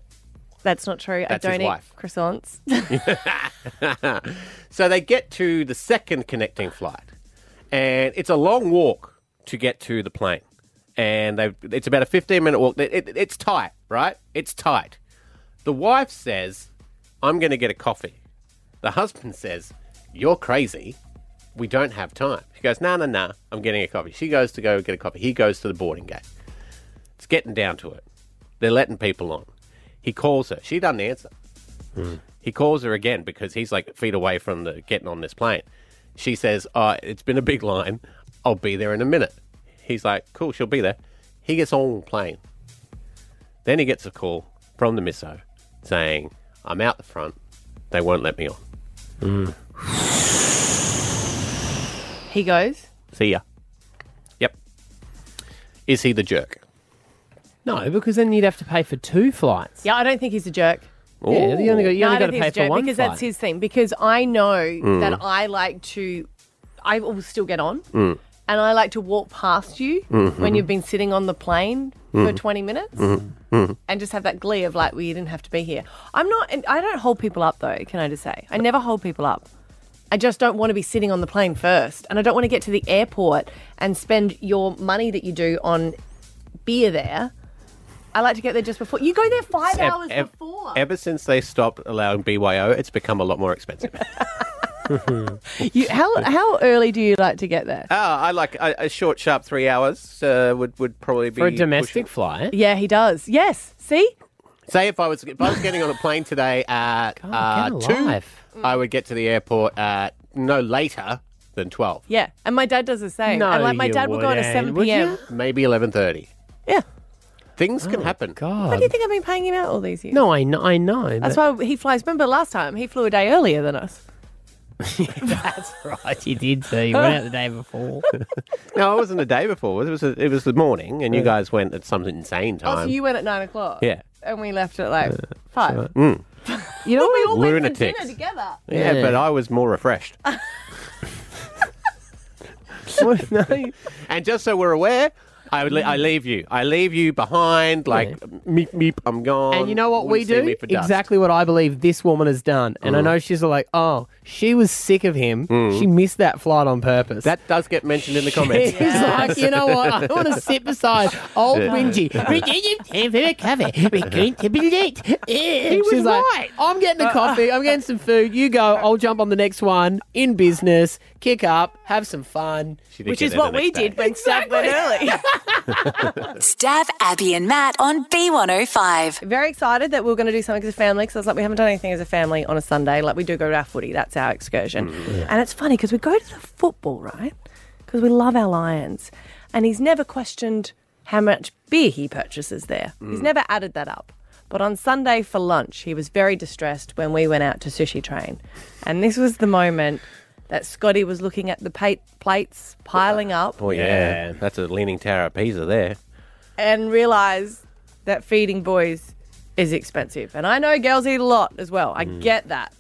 [SPEAKER 3] That's not true.
[SPEAKER 4] That's
[SPEAKER 3] I
[SPEAKER 4] his
[SPEAKER 3] don't eat
[SPEAKER 4] wife.
[SPEAKER 3] croissants.
[SPEAKER 4] so they get to the second connecting flight, and it's a long walk to get to the plane, and they it's about a fifteen minute walk. It- it- it's tight, right? It's tight. The wife says, "I'm going to get a coffee." The husband says, "You're crazy. We don't have time." She goes, "No, no, no. I'm getting a coffee." She goes to go get a coffee. He goes to the boarding gate. It's getting down to it. They're letting people on. He calls her. She doesn't answer. He calls her again because he's like feet away from the getting on this plane. She says, "Oh, it's been a big line. I'll be there in a minute." He's like, "Cool, she'll be there." He gets on the plane. Then he gets a call from the misso saying, "I'm out the front. They won't let me on.
[SPEAKER 3] he goes.
[SPEAKER 4] See ya." Yep. Is he the jerk?
[SPEAKER 2] No, because then you'd have to pay for two flights.
[SPEAKER 3] Yeah, I don't think he's a jerk.
[SPEAKER 2] Ooh. Yeah, you only got- you
[SPEAKER 3] No,
[SPEAKER 2] only
[SPEAKER 3] I don't
[SPEAKER 2] gotta
[SPEAKER 3] think
[SPEAKER 2] pay
[SPEAKER 3] he's
[SPEAKER 2] for
[SPEAKER 3] a jerk
[SPEAKER 2] one
[SPEAKER 3] because that's
[SPEAKER 2] flight.
[SPEAKER 3] his thing. Because I know
[SPEAKER 2] Mm.
[SPEAKER 3] that I like to, I will still get on,
[SPEAKER 4] Mm.
[SPEAKER 3] and I like to walk past you
[SPEAKER 4] Mhm.
[SPEAKER 3] when you've been sitting on the plane for
[SPEAKER 2] Mm-hmm.
[SPEAKER 4] Mhm.
[SPEAKER 3] twenty minutes,
[SPEAKER 4] Mm-hmm.
[SPEAKER 3] and just have that glee of like, well, you didn't have to be here. I'm not. and I don't hold people up though. Can I just say, I never hold people up. I just don't want to be sitting on the plane first, and I don't want to get to the airport and spend your money that you do on beer there. I like to get there just before you go there five
[SPEAKER 4] Ev-
[SPEAKER 3] hours
[SPEAKER 4] ev-
[SPEAKER 3] before.
[SPEAKER 4] Ever since they stopped allowing BYO, it's become a lot more expensive.
[SPEAKER 3] Mm. You, how how early do you like to get there?
[SPEAKER 4] Ah, I like a, a short, sharp three hours uh, would would probably be
[SPEAKER 2] For a domestic flight.
[SPEAKER 3] Yeah, he does. Yes. See,
[SPEAKER 4] Say if I was if I was getting on a plane today at uh,
[SPEAKER 3] get
[SPEAKER 4] two,
[SPEAKER 3] alive.
[SPEAKER 4] I would get to the airport at no later than twelve.
[SPEAKER 3] yeah, and my dad does the same. and like my dad will go on at seven p.m.
[SPEAKER 4] Maybe eleven thirty.
[SPEAKER 3] Yeah.
[SPEAKER 4] Things can happen.
[SPEAKER 3] Why do you think I've been paying him out all these years?
[SPEAKER 2] Oh, Um, No, I know. I know.
[SPEAKER 3] That's why he flies. Remember last time he flew a day earlier than us.
[SPEAKER 2] That's right. You did say you went out the day before.
[SPEAKER 4] no, it wasn't the day before. It was a, it was the morning, and you guys went at some insane time.
[SPEAKER 3] Oh, so you went at nine o'clock.
[SPEAKER 4] Yeah.
[SPEAKER 3] and we left at like five.
[SPEAKER 4] Mm.
[SPEAKER 3] You know, we all went
[SPEAKER 4] Lunatics.
[SPEAKER 3] for dinner together.
[SPEAKER 4] Yeah, but I was more refreshed. and just so we're aware, I, would le- I leave you. I leave you behind. Like meep meep, I'm gone.
[SPEAKER 2] And you know what we
[SPEAKER 4] Wouldn't see
[SPEAKER 2] do?
[SPEAKER 4] me for dust.
[SPEAKER 2] Exactly what I believe this woman has done. And I
[SPEAKER 4] Mm.
[SPEAKER 2] know she's like, oh, she was sick of him.
[SPEAKER 4] Mm.
[SPEAKER 2] She missed that flight on purpose.
[SPEAKER 4] That does get mentioned in the comments.
[SPEAKER 2] She's like, you know what? I want to sit beside old
[SPEAKER 4] Yeah.
[SPEAKER 2] Wingy. We're getting time for a coffee. We're going to be late. Eh.
[SPEAKER 9] He was
[SPEAKER 2] She's like,
[SPEAKER 9] right.
[SPEAKER 2] I'm getting
[SPEAKER 4] Uh,
[SPEAKER 2] a coffee. I'm getting some food. You go. I'll jump on the next one. In business. Kick up. Have some fun.
[SPEAKER 4] She
[SPEAKER 5] did Which get is there the what we next day. did
[SPEAKER 2] when
[SPEAKER 3] Exactly.
[SPEAKER 2] early.
[SPEAKER 5] Stab Abby and Matt on B105.
[SPEAKER 3] Very excited that we are going to do something as a family because I was like, we haven't done anything as a family on a Sunday. Like, we do go to our footy. That's our excursion. And it's funny because we go to the football, right? Because we love our Lions. And he's never questioned how much beer he purchases there. He's
[SPEAKER 13] Mm.
[SPEAKER 3] never added that up. But on Sunday for lunch, he was very distressed when we went out to Sushi Train. And this was the moment that Scotty was looking at the pa- plates piling up
[SPEAKER 4] Oh yeah, that's a leaning tower of Pisa there.
[SPEAKER 3] and realised that feeding boys is expensive. And I know girls eat a lot as well. I
[SPEAKER 13] Mm.
[SPEAKER 3] get that.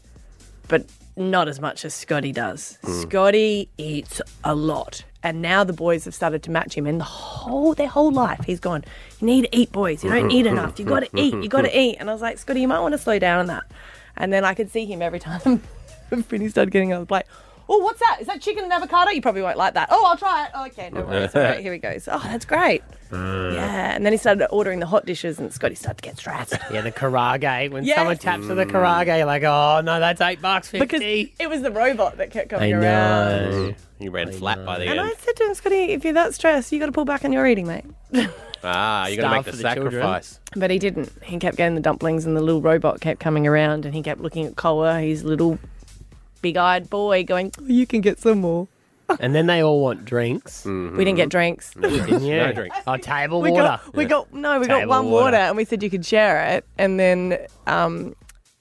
[SPEAKER 3] But not as much as Scotty does.
[SPEAKER 13] Mm.
[SPEAKER 3] Scotty eats a lot. And now the boys have started to match him. And the whole their whole life he's gone, You need to eat, boys. You don't eat enough. You gotta eat, you gotta eat. And I was like, Scotty, you might want to slow down on that. And then I could see him every time Finny started getting on the plate. Oh, what's that? Is that chicken and avocado? You probably won't like that. Oh, I'll try it. Oh, okay, no worries. All right, here we go. So, oh, that's great.
[SPEAKER 4] Mm.
[SPEAKER 3] Yeah, and then he started ordering the hot dishes, and Scotty started to get stressed.
[SPEAKER 2] Yeah, the karage. When
[SPEAKER 3] Yeah.
[SPEAKER 2] someone taps for the
[SPEAKER 3] Mm.
[SPEAKER 2] karage, you're like, oh, no, that's eight bucks fifty.
[SPEAKER 3] Because it was the robot that kept
[SPEAKER 2] I
[SPEAKER 3] going
[SPEAKER 2] know.
[SPEAKER 3] around.
[SPEAKER 4] Mm. You ran flat by the
[SPEAKER 3] And I
[SPEAKER 4] end.
[SPEAKER 3] said to him, Scotty, if you're that stressed, you got to pull back on your eating, mate.
[SPEAKER 4] Ah, you're gonna
[SPEAKER 2] Starve
[SPEAKER 4] make the,
[SPEAKER 2] for the children.
[SPEAKER 4] sacrifice.
[SPEAKER 3] But he didn't. He kept getting the dumplings, and the little robot kept coming around, and he kept looking at Koa, his little big-eyed boy, going, "Oh, "You can get some more."
[SPEAKER 2] And then they all want drinks.
[SPEAKER 3] We didn't get drinks.
[SPEAKER 2] Didn't you?
[SPEAKER 3] No drinks.
[SPEAKER 2] Oh, table
[SPEAKER 3] we
[SPEAKER 2] water.
[SPEAKER 3] got we got no, we
[SPEAKER 2] Table
[SPEAKER 3] got one
[SPEAKER 2] water.
[SPEAKER 3] water. and we said you could share it, and then um,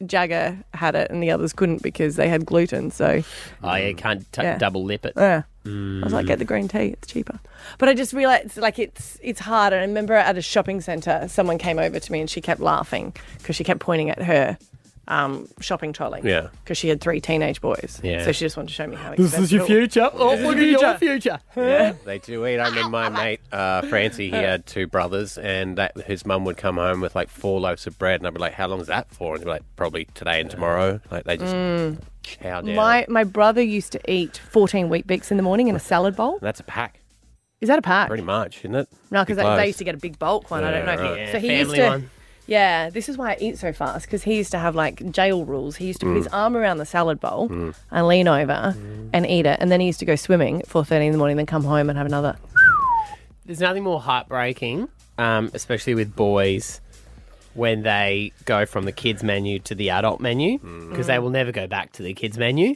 [SPEAKER 3] Jagger had it, and the others couldn't because they had gluten. So
[SPEAKER 2] Oh, yeah, can't t-
[SPEAKER 3] Yeah.
[SPEAKER 2] double lip it.
[SPEAKER 3] Yeah. I was like, get the green tea; it's cheaper. But I just realised, like, it's it's hard. And I remember at a shopping centre, someone came over to me and she kept laughing because she kept pointing at her um, shopping trolley.
[SPEAKER 4] Yeah.
[SPEAKER 3] Because she had three teenage boys.
[SPEAKER 4] Yeah.
[SPEAKER 3] So she just wanted to show me how
[SPEAKER 2] This is your
[SPEAKER 3] accessible-
[SPEAKER 2] future. Oh,
[SPEAKER 3] This is
[SPEAKER 2] look at
[SPEAKER 3] your
[SPEAKER 2] your
[SPEAKER 3] future.
[SPEAKER 2] future.
[SPEAKER 3] Yeah.
[SPEAKER 4] They do eat. I mean, my mate uh, Francie, he had two brothers, and that his mum would come home with like four loaves of bread, and I'd be like, "How long is that for?" And he'd be like, "Probably today and tomorrow." Like they just
[SPEAKER 3] Mm.
[SPEAKER 4] chow down.
[SPEAKER 3] My my brother used to eat 14 wheat bix in the morning in a salad bowl.
[SPEAKER 4] That's a pack,
[SPEAKER 3] Is that a pack?
[SPEAKER 4] pretty much, isn't it?
[SPEAKER 3] No,
[SPEAKER 4] Pretty
[SPEAKER 3] because they,
[SPEAKER 4] close.
[SPEAKER 3] they used to get a big bulk one. I don't
[SPEAKER 4] Yeah,
[SPEAKER 3] know.
[SPEAKER 4] right. Yeah,
[SPEAKER 3] so he used
[SPEAKER 4] family
[SPEAKER 3] to.
[SPEAKER 4] one.
[SPEAKER 3] Yeah, this is why I eat so fast because he used to have like jail rules. He used to put his
[SPEAKER 13] Mm.
[SPEAKER 3] arm around the salad bowl and lean over and eat it, and then he used to go swimming at four thirty in the morning, then come home and have another.
[SPEAKER 2] There's nothing more heartbreaking, um, especially with boys, when they go from the kids menu to the adult menu
[SPEAKER 3] Mm.
[SPEAKER 2] because they will never go back to the kids menu,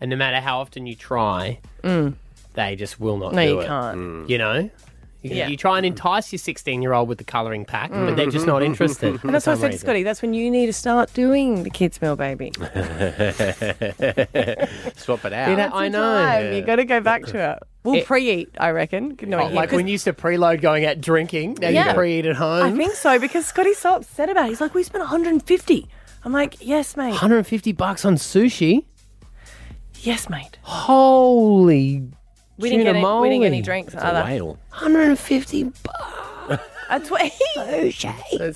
[SPEAKER 2] and no matter how often you try,
[SPEAKER 3] Mm.
[SPEAKER 2] they just will not.
[SPEAKER 3] No,
[SPEAKER 2] do
[SPEAKER 3] you
[SPEAKER 2] it,
[SPEAKER 3] can't. Mm.
[SPEAKER 2] You know. You,
[SPEAKER 3] Yeah.
[SPEAKER 2] you try and entice your 16 year old with the colouring pack, but they're just not interested.
[SPEAKER 3] And that's
[SPEAKER 2] for
[SPEAKER 3] why
[SPEAKER 2] some
[SPEAKER 3] I said, to
[SPEAKER 2] reason.
[SPEAKER 3] Scotty, that's when you need to start doing the kids' meal, baby.
[SPEAKER 4] Swap it out.
[SPEAKER 3] You know, I know. You got to go back to it. We'll
[SPEAKER 2] It-
[SPEAKER 3] pre-eat, I reckon. No,
[SPEAKER 2] Oh,
[SPEAKER 3] yeah,
[SPEAKER 2] like
[SPEAKER 3] 'cause-
[SPEAKER 2] when you used to preload going out drinking, now you pre-eat at home.
[SPEAKER 3] I think so because Scotty's so upset about it. He's like, we spent 150. I'm like, yes, mate.
[SPEAKER 2] 150 bucks on sushi.
[SPEAKER 3] Yes, mate.
[SPEAKER 2] Holy
[SPEAKER 3] We didn't get any, we didn't get any
[SPEAKER 2] moly.
[SPEAKER 3] drinks uh,
[SPEAKER 2] That's a
[SPEAKER 3] either.
[SPEAKER 2] whale.
[SPEAKER 3] 150 bucks. That's what he.
[SPEAKER 2] That's,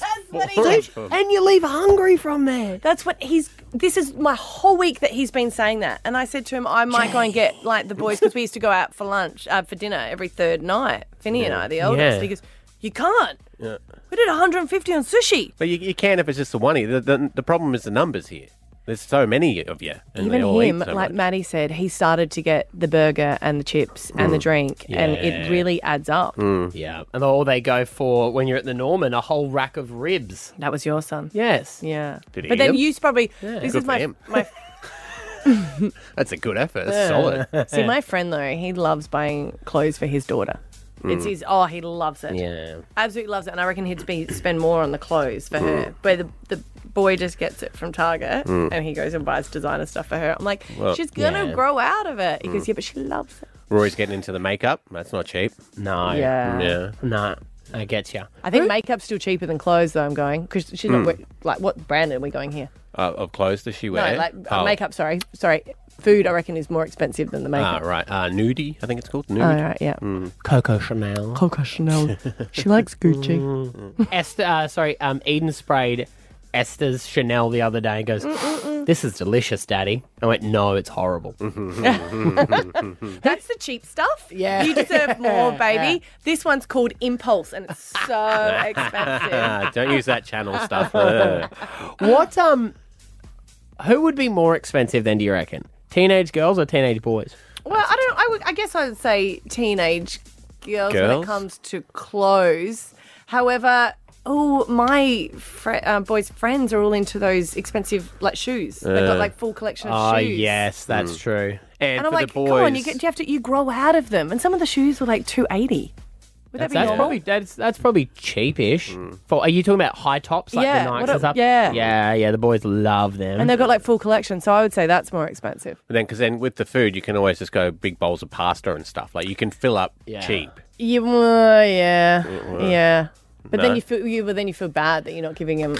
[SPEAKER 13] Uh,
[SPEAKER 3] what he.
[SPEAKER 2] four of them.
[SPEAKER 3] And
[SPEAKER 2] you leave hungry from there.
[SPEAKER 3] That's what he's. This is my whole week that he's been saying that, and I said to him, I might go and get like the boys because we used to go out for lunch, uh, for dinner every third night. Finney and I, the
[SPEAKER 4] Yeah.
[SPEAKER 3] eldest. He goes, you can't.
[SPEAKER 4] Yeah.
[SPEAKER 3] We did 150 on sushi.
[SPEAKER 4] But you, you can if it's just the one. The, the, the problem is the numbers here. There's so many of you, and
[SPEAKER 3] Even
[SPEAKER 4] they all
[SPEAKER 3] him,
[SPEAKER 4] eat so
[SPEAKER 3] like
[SPEAKER 4] much.
[SPEAKER 3] Maddie said, he started to get the burger and the chips and the
[SPEAKER 2] Mm.
[SPEAKER 3] drink, and
[SPEAKER 2] Yeah.
[SPEAKER 3] it really adds up.
[SPEAKER 4] Mm.
[SPEAKER 2] Yeah, and all they go for when you're at the Norman, a whole rack of ribs.
[SPEAKER 3] That was your son.
[SPEAKER 2] Yes.
[SPEAKER 3] Yeah.
[SPEAKER 2] Did
[SPEAKER 3] but then you probably this
[SPEAKER 2] Good
[SPEAKER 3] is
[SPEAKER 2] for
[SPEAKER 3] my
[SPEAKER 2] him.
[SPEAKER 3] my
[SPEAKER 4] That's a good effort. That's
[SPEAKER 3] Yeah.
[SPEAKER 4] solid.
[SPEAKER 3] see my friend though he loves buying clothes for his daughter. It's
[SPEAKER 4] Mm.
[SPEAKER 3] his oh he loves it.
[SPEAKER 4] Yeah.
[SPEAKER 3] Absolutely loves it, and I reckon he'd be, spend more on the clothes for her.
[SPEAKER 4] Mm.
[SPEAKER 3] Where the, the boy just gets it from Target
[SPEAKER 4] Mm.
[SPEAKER 3] and he goes and buys designer stuff for her. I'm like,
[SPEAKER 4] Well,
[SPEAKER 3] she's gonna
[SPEAKER 4] yeah.
[SPEAKER 3] grow out of it. He goes,
[SPEAKER 4] Mm.
[SPEAKER 3] yeah, but she loves it.
[SPEAKER 4] Rory's getting into the makeup. That's not cheap.
[SPEAKER 2] No.
[SPEAKER 3] Yeah.
[SPEAKER 4] Yeah.
[SPEAKER 2] No. I get you.
[SPEAKER 3] I think makeup's still cheaper than clothes though. I'm going because she's not
[SPEAKER 4] Mm.
[SPEAKER 3] wear- like what brand are we going here?
[SPEAKER 4] Uh, of clothes does she wear?
[SPEAKER 3] No, like uh,
[SPEAKER 4] Oh.
[SPEAKER 3] makeup. Sorry, sorry. Food I reckon is more expensive than the makeup.
[SPEAKER 4] Ah, right. Uh, nudie, Mm. I think it's called. Nude.
[SPEAKER 3] Oh, right, yeah.
[SPEAKER 2] Coco Chanel. Mm.
[SPEAKER 3] Coco Chanel. she likes
[SPEAKER 4] Mm.
[SPEAKER 2] Gucci. Esther, uh, sorry, um, Eden sprayed Esther's Chanel the other day and goes, "This is delicious, Daddy." I went, "No, it's horrible."
[SPEAKER 3] Hmm. That's the cheap stuff. Yeah. You deserve more, baby. This one's called Impulse and it's so Oh, expensive.
[SPEAKER 4] Don't use that channel stuff. Uh,
[SPEAKER 2] what um, who would be more expensive then? Do you reckon teenage girls or teenage boys?
[SPEAKER 3] Well, I don't I would I guess I would say teenage girls, when
[SPEAKER 2] Girls?
[SPEAKER 3] it comes to clothes. However, oh, my fri uh, boys' friends are all into those expensive like shoes. They've got
[SPEAKER 2] Uh,
[SPEAKER 3] like full collection of
[SPEAKER 2] Oh,
[SPEAKER 3] shoes.
[SPEAKER 2] yes, that's
[SPEAKER 4] Mm.
[SPEAKER 2] true.
[SPEAKER 3] And, I'm like, come on, you, get, you have to you grow out of them. And some of the shoes were like 280. Would
[SPEAKER 2] that's,
[SPEAKER 3] that be
[SPEAKER 2] that's
[SPEAKER 3] normal?
[SPEAKER 2] probably that's, that's probably cheapish. For are you talking about high tops like
[SPEAKER 3] Yeah,
[SPEAKER 2] the
[SPEAKER 3] what
[SPEAKER 2] Nikes
[SPEAKER 3] a-
[SPEAKER 2] and stuff?
[SPEAKER 3] yeah.
[SPEAKER 2] yeah, yeah. The boys love them.
[SPEAKER 3] And they've got like full collection, so I would say that's more expensive.
[SPEAKER 4] but then, because then with the food, you can always just go big bowls of pasta and stuff. Like you can fill up cheap.
[SPEAKER 3] Yeah, well, uh, yeah,
[SPEAKER 4] Mm,
[SPEAKER 3] yeah. But
[SPEAKER 4] No.
[SPEAKER 3] then you feel you, but then you feel bad that you're not giving him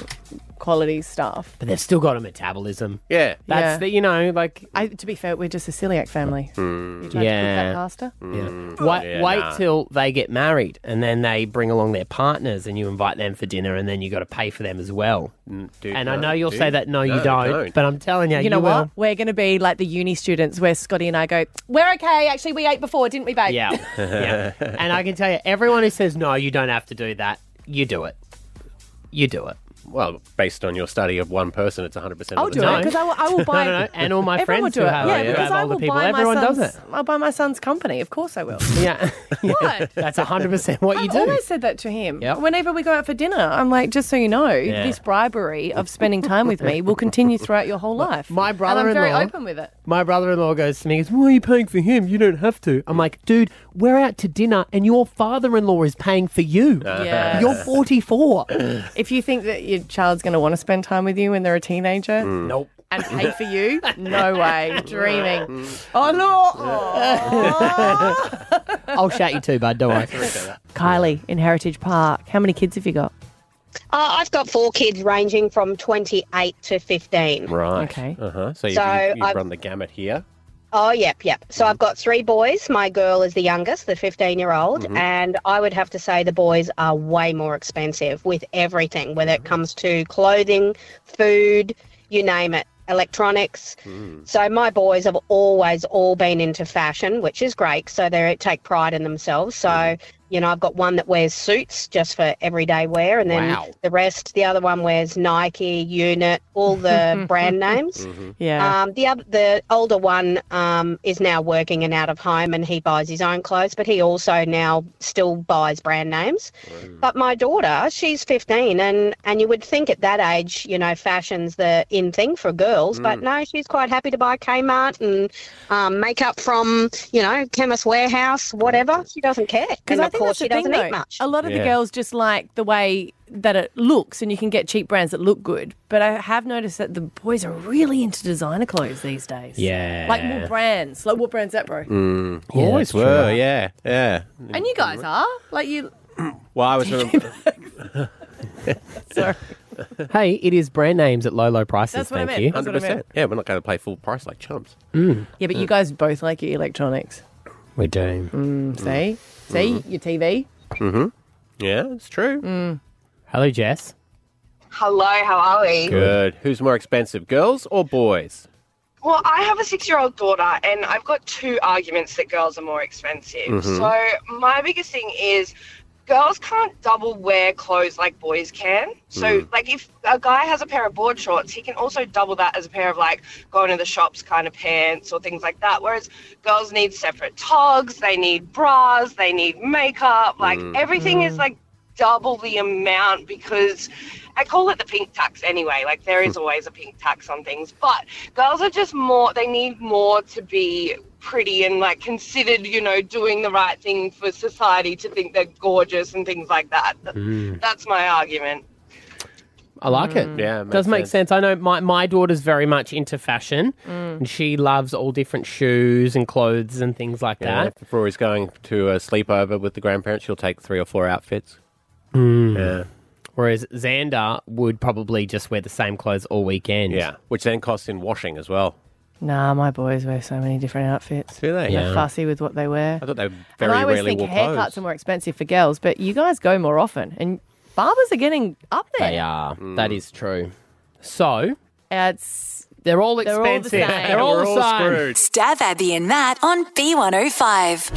[SPEAKER 3] quality stuff.
[SPEAKER 2] but they've still got a metabolism.
[SPEAKER 4] Yeah,
[SPEAKER 2] that's
[SPEAKER 3] Yeah.
[SPEAKER 2] the you know like
[SPEAKER 3] I, to be fair, we're just a celiac family. You tried
[SPEAKER 2] yeah.
[SPEAKER 3] to cook that pasta.
[SPEAKER 2] Yeah. Wait,
[SPEAKER 3] Mm. Oh, yeah,
[SPEAKER 2] wait
[SPEAKER 3] nah.
[SPEAKER 2] till they get married, and then they bring along their partners, and you invite them for dinner, and then you got to pay for them as well. and I
[SPEAKER 3] Mm, no,
[SPEAKER 2] know you'll
[SPEAKER 3] do.
[SPEAKER 2] say that no, you
[SPEAKER 3] No,
[SPEAKER 2] don't,
[SPEAKER 3] don't.
[SPEAKER 2] but I'm telling you,
[SPEAKER 3] you know
[SPEAKER 2] will.
[SPEAKER 3] what? We're going to be like the uni students where Scotty and I go, we're okay. Actually, we ate before, didn't we, babe?
[SPEAKER 2] Yeah. yeah. And I can tell you, everyone who says no, you don't have to do that, you do it. You do it.
[SPEAKER 4] Well, based on your study of one person, it's 100%
[SPEAKER 3] I'll
[SPEAKER 4] of the
[SPEAKER 3] do it
[SPEAKER 4] time.
[SPEAKER 3] because I will, I will buy.
[SPEAKER 2] No, no, no. And all my
[SPEAKER 3] Everyone will
[SPEAKER 2] friends
[SPEAKER 3] do
[SPEAKER 2] who
[SPEAKER 3] it.
[SPEAKER 2] have-
[SPEAKER 3] yeah,
[SPEAKER 2] who
[SPEAKER 3] because
[SPEAKER 2] have
[SPEAKER 3] I
[SPEAKER 2] older
[SPEAKER 3] will
[SPEAKER 2] people,
[SPEAKER 3] buy my
[SPEAKER 2] everyone does
[SPEAKER 3] son's- I'll buy my son's company. Of course, I will.
[SPEAKER 2] Yeah.
[SPEAKER 3] What?
[SPEAKER 2] That's 100% what you
[SPEAKER 3] I've
[SPEAKER 2] do.
[SPEAKER 3] always said that to him.
[SPEAKER 2] Yep.
[SPEAKER 3] Whenever we go out for dinner, I'm like, just so you know,
[SPEAKER 2] Yeah.
[SPEAKER 3] this bribery of spending time with me will continue throughout your whole life. My and I'm very
[SPEAKER 2] brother-in-law-
[SPEAKER 3] open with it.
[SPEAKER 2] My brother in law goes to me, he goes, Why are you paying for him? You don't have to. I'm like, Dude, we're out to dinner and your father in law is paying for you.
[SPEAKER 3] Yes.
[SPEAKER 2] You're 44.
[SPEAKER 3] If you think that your child's going to want to spend time with you when they're a teenager,
[SPEAKER 2] Mm. Nope.
[SPEAKER 3] and pay for you, no way, dreaming. Oh no!
[SPEAKER 2] I'll shout you too, bud. Don't worry.
[SPEAKER 3] Kylie in Heritage Park, how many kids have you got?
[SPEAKER 13] Uh, I've got four kids ranging from 28 to 15.
[SPEAKER 4] Right. Okay. Uh huh. So, you,
[SPEAKER 13] So
[SPEAKER 4] you, you
[SPEAKER 13] I've-
[SPEAKER 4] run the gamut here.
[SPEAKER 13] Oh, yep, yep. So I've got three boys. My girl is the youngest, the 15 year old.
[SPEAKER 4] Mhm.
[SPEAKER 13] And I would have to say the boys are way more expensive with everything, whether it comes to clothing, food, you name it, electronics.
[SPEAKER 14] Mm.
[SPEAKER 13] So my boys have always all been into fashion, which is great. So they take pride in themselves. So, you know, I've got one that wears suits just for everyday wear. And then
[SPEAKER 14] Wow.
[SPEAKER 13] the rest, the other one wears Nike, Unit, all the brand names.
[SPEAKER 4] Mm-hmm.
[SPEAKER 14] Mhm. Yeah.
[SPEAKER 13] Um, the other, the older one um, is now working and out of home, and he buys his own clothes, but he also now still buys brand names. But my daughter, she's fifteen, and and you would think at that age, you know, fashion's the in thing for girls, but
[SPEAKER 14] Mm.
[SPEAKER 13] no, she's quite happy to buy Kmart and um, makeup from you know Chemist Warehouse, whatever. She doesn't care,
[SPEAKER 3] Because
[SPEAKER 13] and
[SPEAKER 3] I
[SPEAKER 13] of
[SPEAKER 3] think
[SPEAKER 13] course
[SPEAKER 3] that's the
[SPEAKER 13] she
[SPEAKER 3] thing,
[SPEAKER 13] doesn't
[SPEAKER 3] though.
[SPEAKER 13] eat much.
[SPEAKER 3] A lot of the
[SPEAKER 13] Yeah.
[SPEAKER 3] girls just like the way that it looks, and you can get cheap brands that look good. But I have noticed that the boys are really into designer clothes these days.
[SPEAKER 4] Yeah.
[SPEAKER 3] Like what brands? Like what brands that, bro?
[SPEAKER 4] Mm.
[SPEAKER 3] Yeah,
[SPEAKER 4] Always
[SPEAKER 3] that's
[SPEAKER 4] were. Yeah. Yeah.
[SPEAKER 3] And you guys are like you.
[SPEAKER 4] Well, I was.
[SPEAKER 3] Sorry.
[SPEAKER 2] hey, it is brand names at low, low prices.
[SPEAKER 3] That's what I
[SPEAKER 2] thank
[SPEAKER 3] meant.
[SPEAKER 2] you.
[SPEAKER 3] That's what I meant.
[SPEAKER 4] Yeah, we're not going to play full price like chumps.
[SPEAKER 2] Mm,
[SPEAKER 3] Yeah, but you guys both like your electronics.
[SPEAKER 2] we do.
[SPEAKER 3] Mm, see, see
[SPEAKER 4] Mm.
[SPEAKER 3] your TV.
[SPEAKER 4] Mm-hmm. Yeah, it's true.
[SPEAKER 3] Mm.
[SPEAKER 2] Hello, Jess.
[SPEAKER 14] Hello, how are we?
[SPEAKER 4] Good. Who's more expensive, girls or boys?
[SPEAKER 14] Well, I have a six year old daughter, and I've got two arguments that girls are more expensive.
[SPEAKER 15] Mm-hmm.
[SPEAKER 4] Mhm.
[SPEAKER 14] So, my biggest thing is girls can't double wear clothes like boys can. So,
[SPEAKER 15] Mm.
[SPEAKER 14] like, if a guy has a pair of board shorts, he can also double that as a pair of, like, going to the shops kind of pants or things like that. Whereas girls need separate togs, they need bras, they need makeup. Like,
[SPEAKER 15] Mm.
[SPEAKER 14] everything
[SPEAKER 15] Mm.
[SPEAKER 14] is, like, double the amount because I call it the pink tax anyway. Like there is always a pink tax on things, but girls are just more. They need more to be pretty and like considered. You know, doing the right thing for society to think they're gorgeous and things like that. Th-
[SPEAKER 2] Mm.
[SPEAKER 14] That's my argument.
[SPEAKER 2] I like it.
[SPEAKER 4] Yeah, it
[SPEAKER 2] does
[SPEAKER 4] makes
[SPEAKER 2] make sense. I know my, my daughter's very much into fashion,
[SPEAKER 14] Mm.
[SPEAKER 2] and she loves all different shoes and clothes and things like
[SPEAKER 4] Yeah.
[SPEAKER 2] that.
[SPEAKER 4] If Rory's going to a sleepover with the grandparents, she'll take three or four outfits. Yeah.
[SPEAKER 2] Mm. Whereas Xander would probably just wear the same clothes all weekend.
[SPEAKER 4] Yeah, which then costs in washing as well.
[SPEAKER 3] Nah, my boys wear so many different outfits.
[SPEAKER 4] Do they?
[SPEAKER 3] They're
[SPEAKER 4] Yeah.
[SPEAKER 3] fussy with what they wear.
[SPEAKER 4] I thought they very
[SPEAKER 3] and I always
[SPEAKER 4] rarely
[SPEAKER 3] think
[SPEAKER 4] wore
[SPEAKER 3] haircuts
[SPEAKER 4] clothes.
[SPEAKER 3] are more expensive for girls, but you guys go more often, and barbers are getting up there.
[SPEAKER 2] They are.
[SPEAKER 16] Mm.
[SPEAKER 2] That is true. So
[SPEAKER 3] It's
[SPEAKER 2] they're all
[SPEAKER 5] expensive.
[SPEAKER 3] They're all the same.
[SPEAKER 5] They're all the same.
[SPEAKER 2] screwed.
[SPEAKER 5] Stab Abby and Matt on B105.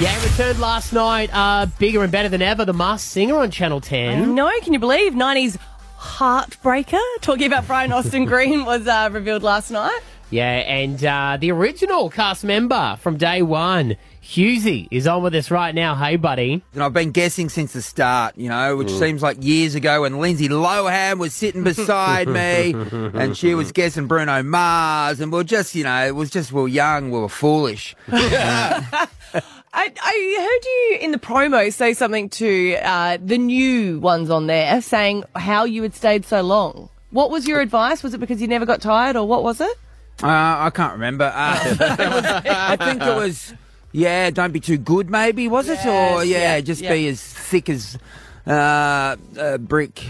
[SPEAKER 2] Yeah, it returned last night, uh, bigger and better than ever. The Masked Singer on Channel Ten.
[SPEAKER 3] No, can you believe '90s heartbreaker? Talking about Brian Austin Green was uh, revealed last night.
[SPEAKER 2] Yeah, and uh, the original cast member from day one, Husey, is on with us right now. Hey, buddy. Mm.
[SPEAKER 16] And I've been guessing since the start, you know, which seems like years ago when Lindsay Lohan was sitting beside me and she was guessing Bruno Mars. And we're just, you know, it was just, we were young, we were foolish.
[SPEAKER 3] I, I heard you in the promo say something to uh, the new ones on there, saying how you had stayed so long. What was your advice? Was it because you never got tired, or what was it?
[SPEAKER 16] Uh, I can't remember. Uh, it was- I think it was, yeah, don't be too good, maybe, was it? Or,
[SPEAKER 3] Yes,
[SPEAKER 16] yeah,
[SPEAKER 3] yeah,
[SPEAKER 16] just
[SPEAKER 3] yeah.
[SPEAKER 16] be as thick as uh, a brick.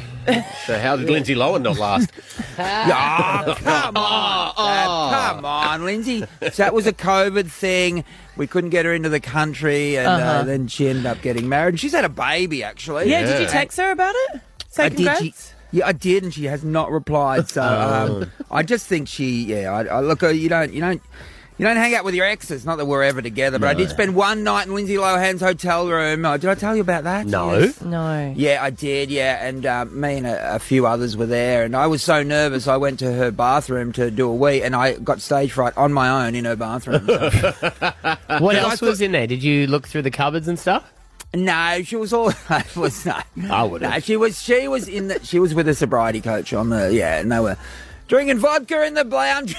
[SPEAKER 4] So how did Lindsay Lohan not last?
[SPEAKER 16] Yeah, come
[SPEAKER 2] Oh,
[SPEAKER 16] on,
[SPEAKER 3] Oh.
[SPEAKER 16] Dad, come on, Lindsay. So that was a COVID thing. We couldn't get her into the country, and uh
[SPEAKER 3] Uh-huh.
[SPEAKER 16] then she ended up getting married. And she's had a baby, actually.
[SPEAKER 3] Yeah, did you text her about it? Say
[SPEAKER 16] I did.
[SPEAKER 3] congrats.
[SPEAKER 16] She, yeah, I did, and she has not replied. So um, I just think she. Yeah, I, I look. uh, You don't. You don't. You don't hang out with your exes. Not that we're ever together, but I did spend one night in Lindsay Lohan's hotel room. Uh, did I tell you about that?
[SPEAKER 2] No.
[SPEAKER 3] No.
[SPEAKER 16] Yeah, I did. Yeah, and um, me and a, a few others were there, and I was so nervous. I went to her bathroom to do a wee, and I got stage fright on my own in her bathroom. So.
[SPEAKER 2] What
[SPEAKER 16] Yeah, I
[SPEAKER 2] else was in there? Did you look through the cupboards and stuff?
[SPEAKER 16] No, she was all. I was not.
[SPEAKER 2] I would.
[SPEAKER 16] No, she was. She was in. The, she was with a sobriety coach on the. Yeah, and they were drinking vodka in the lounge.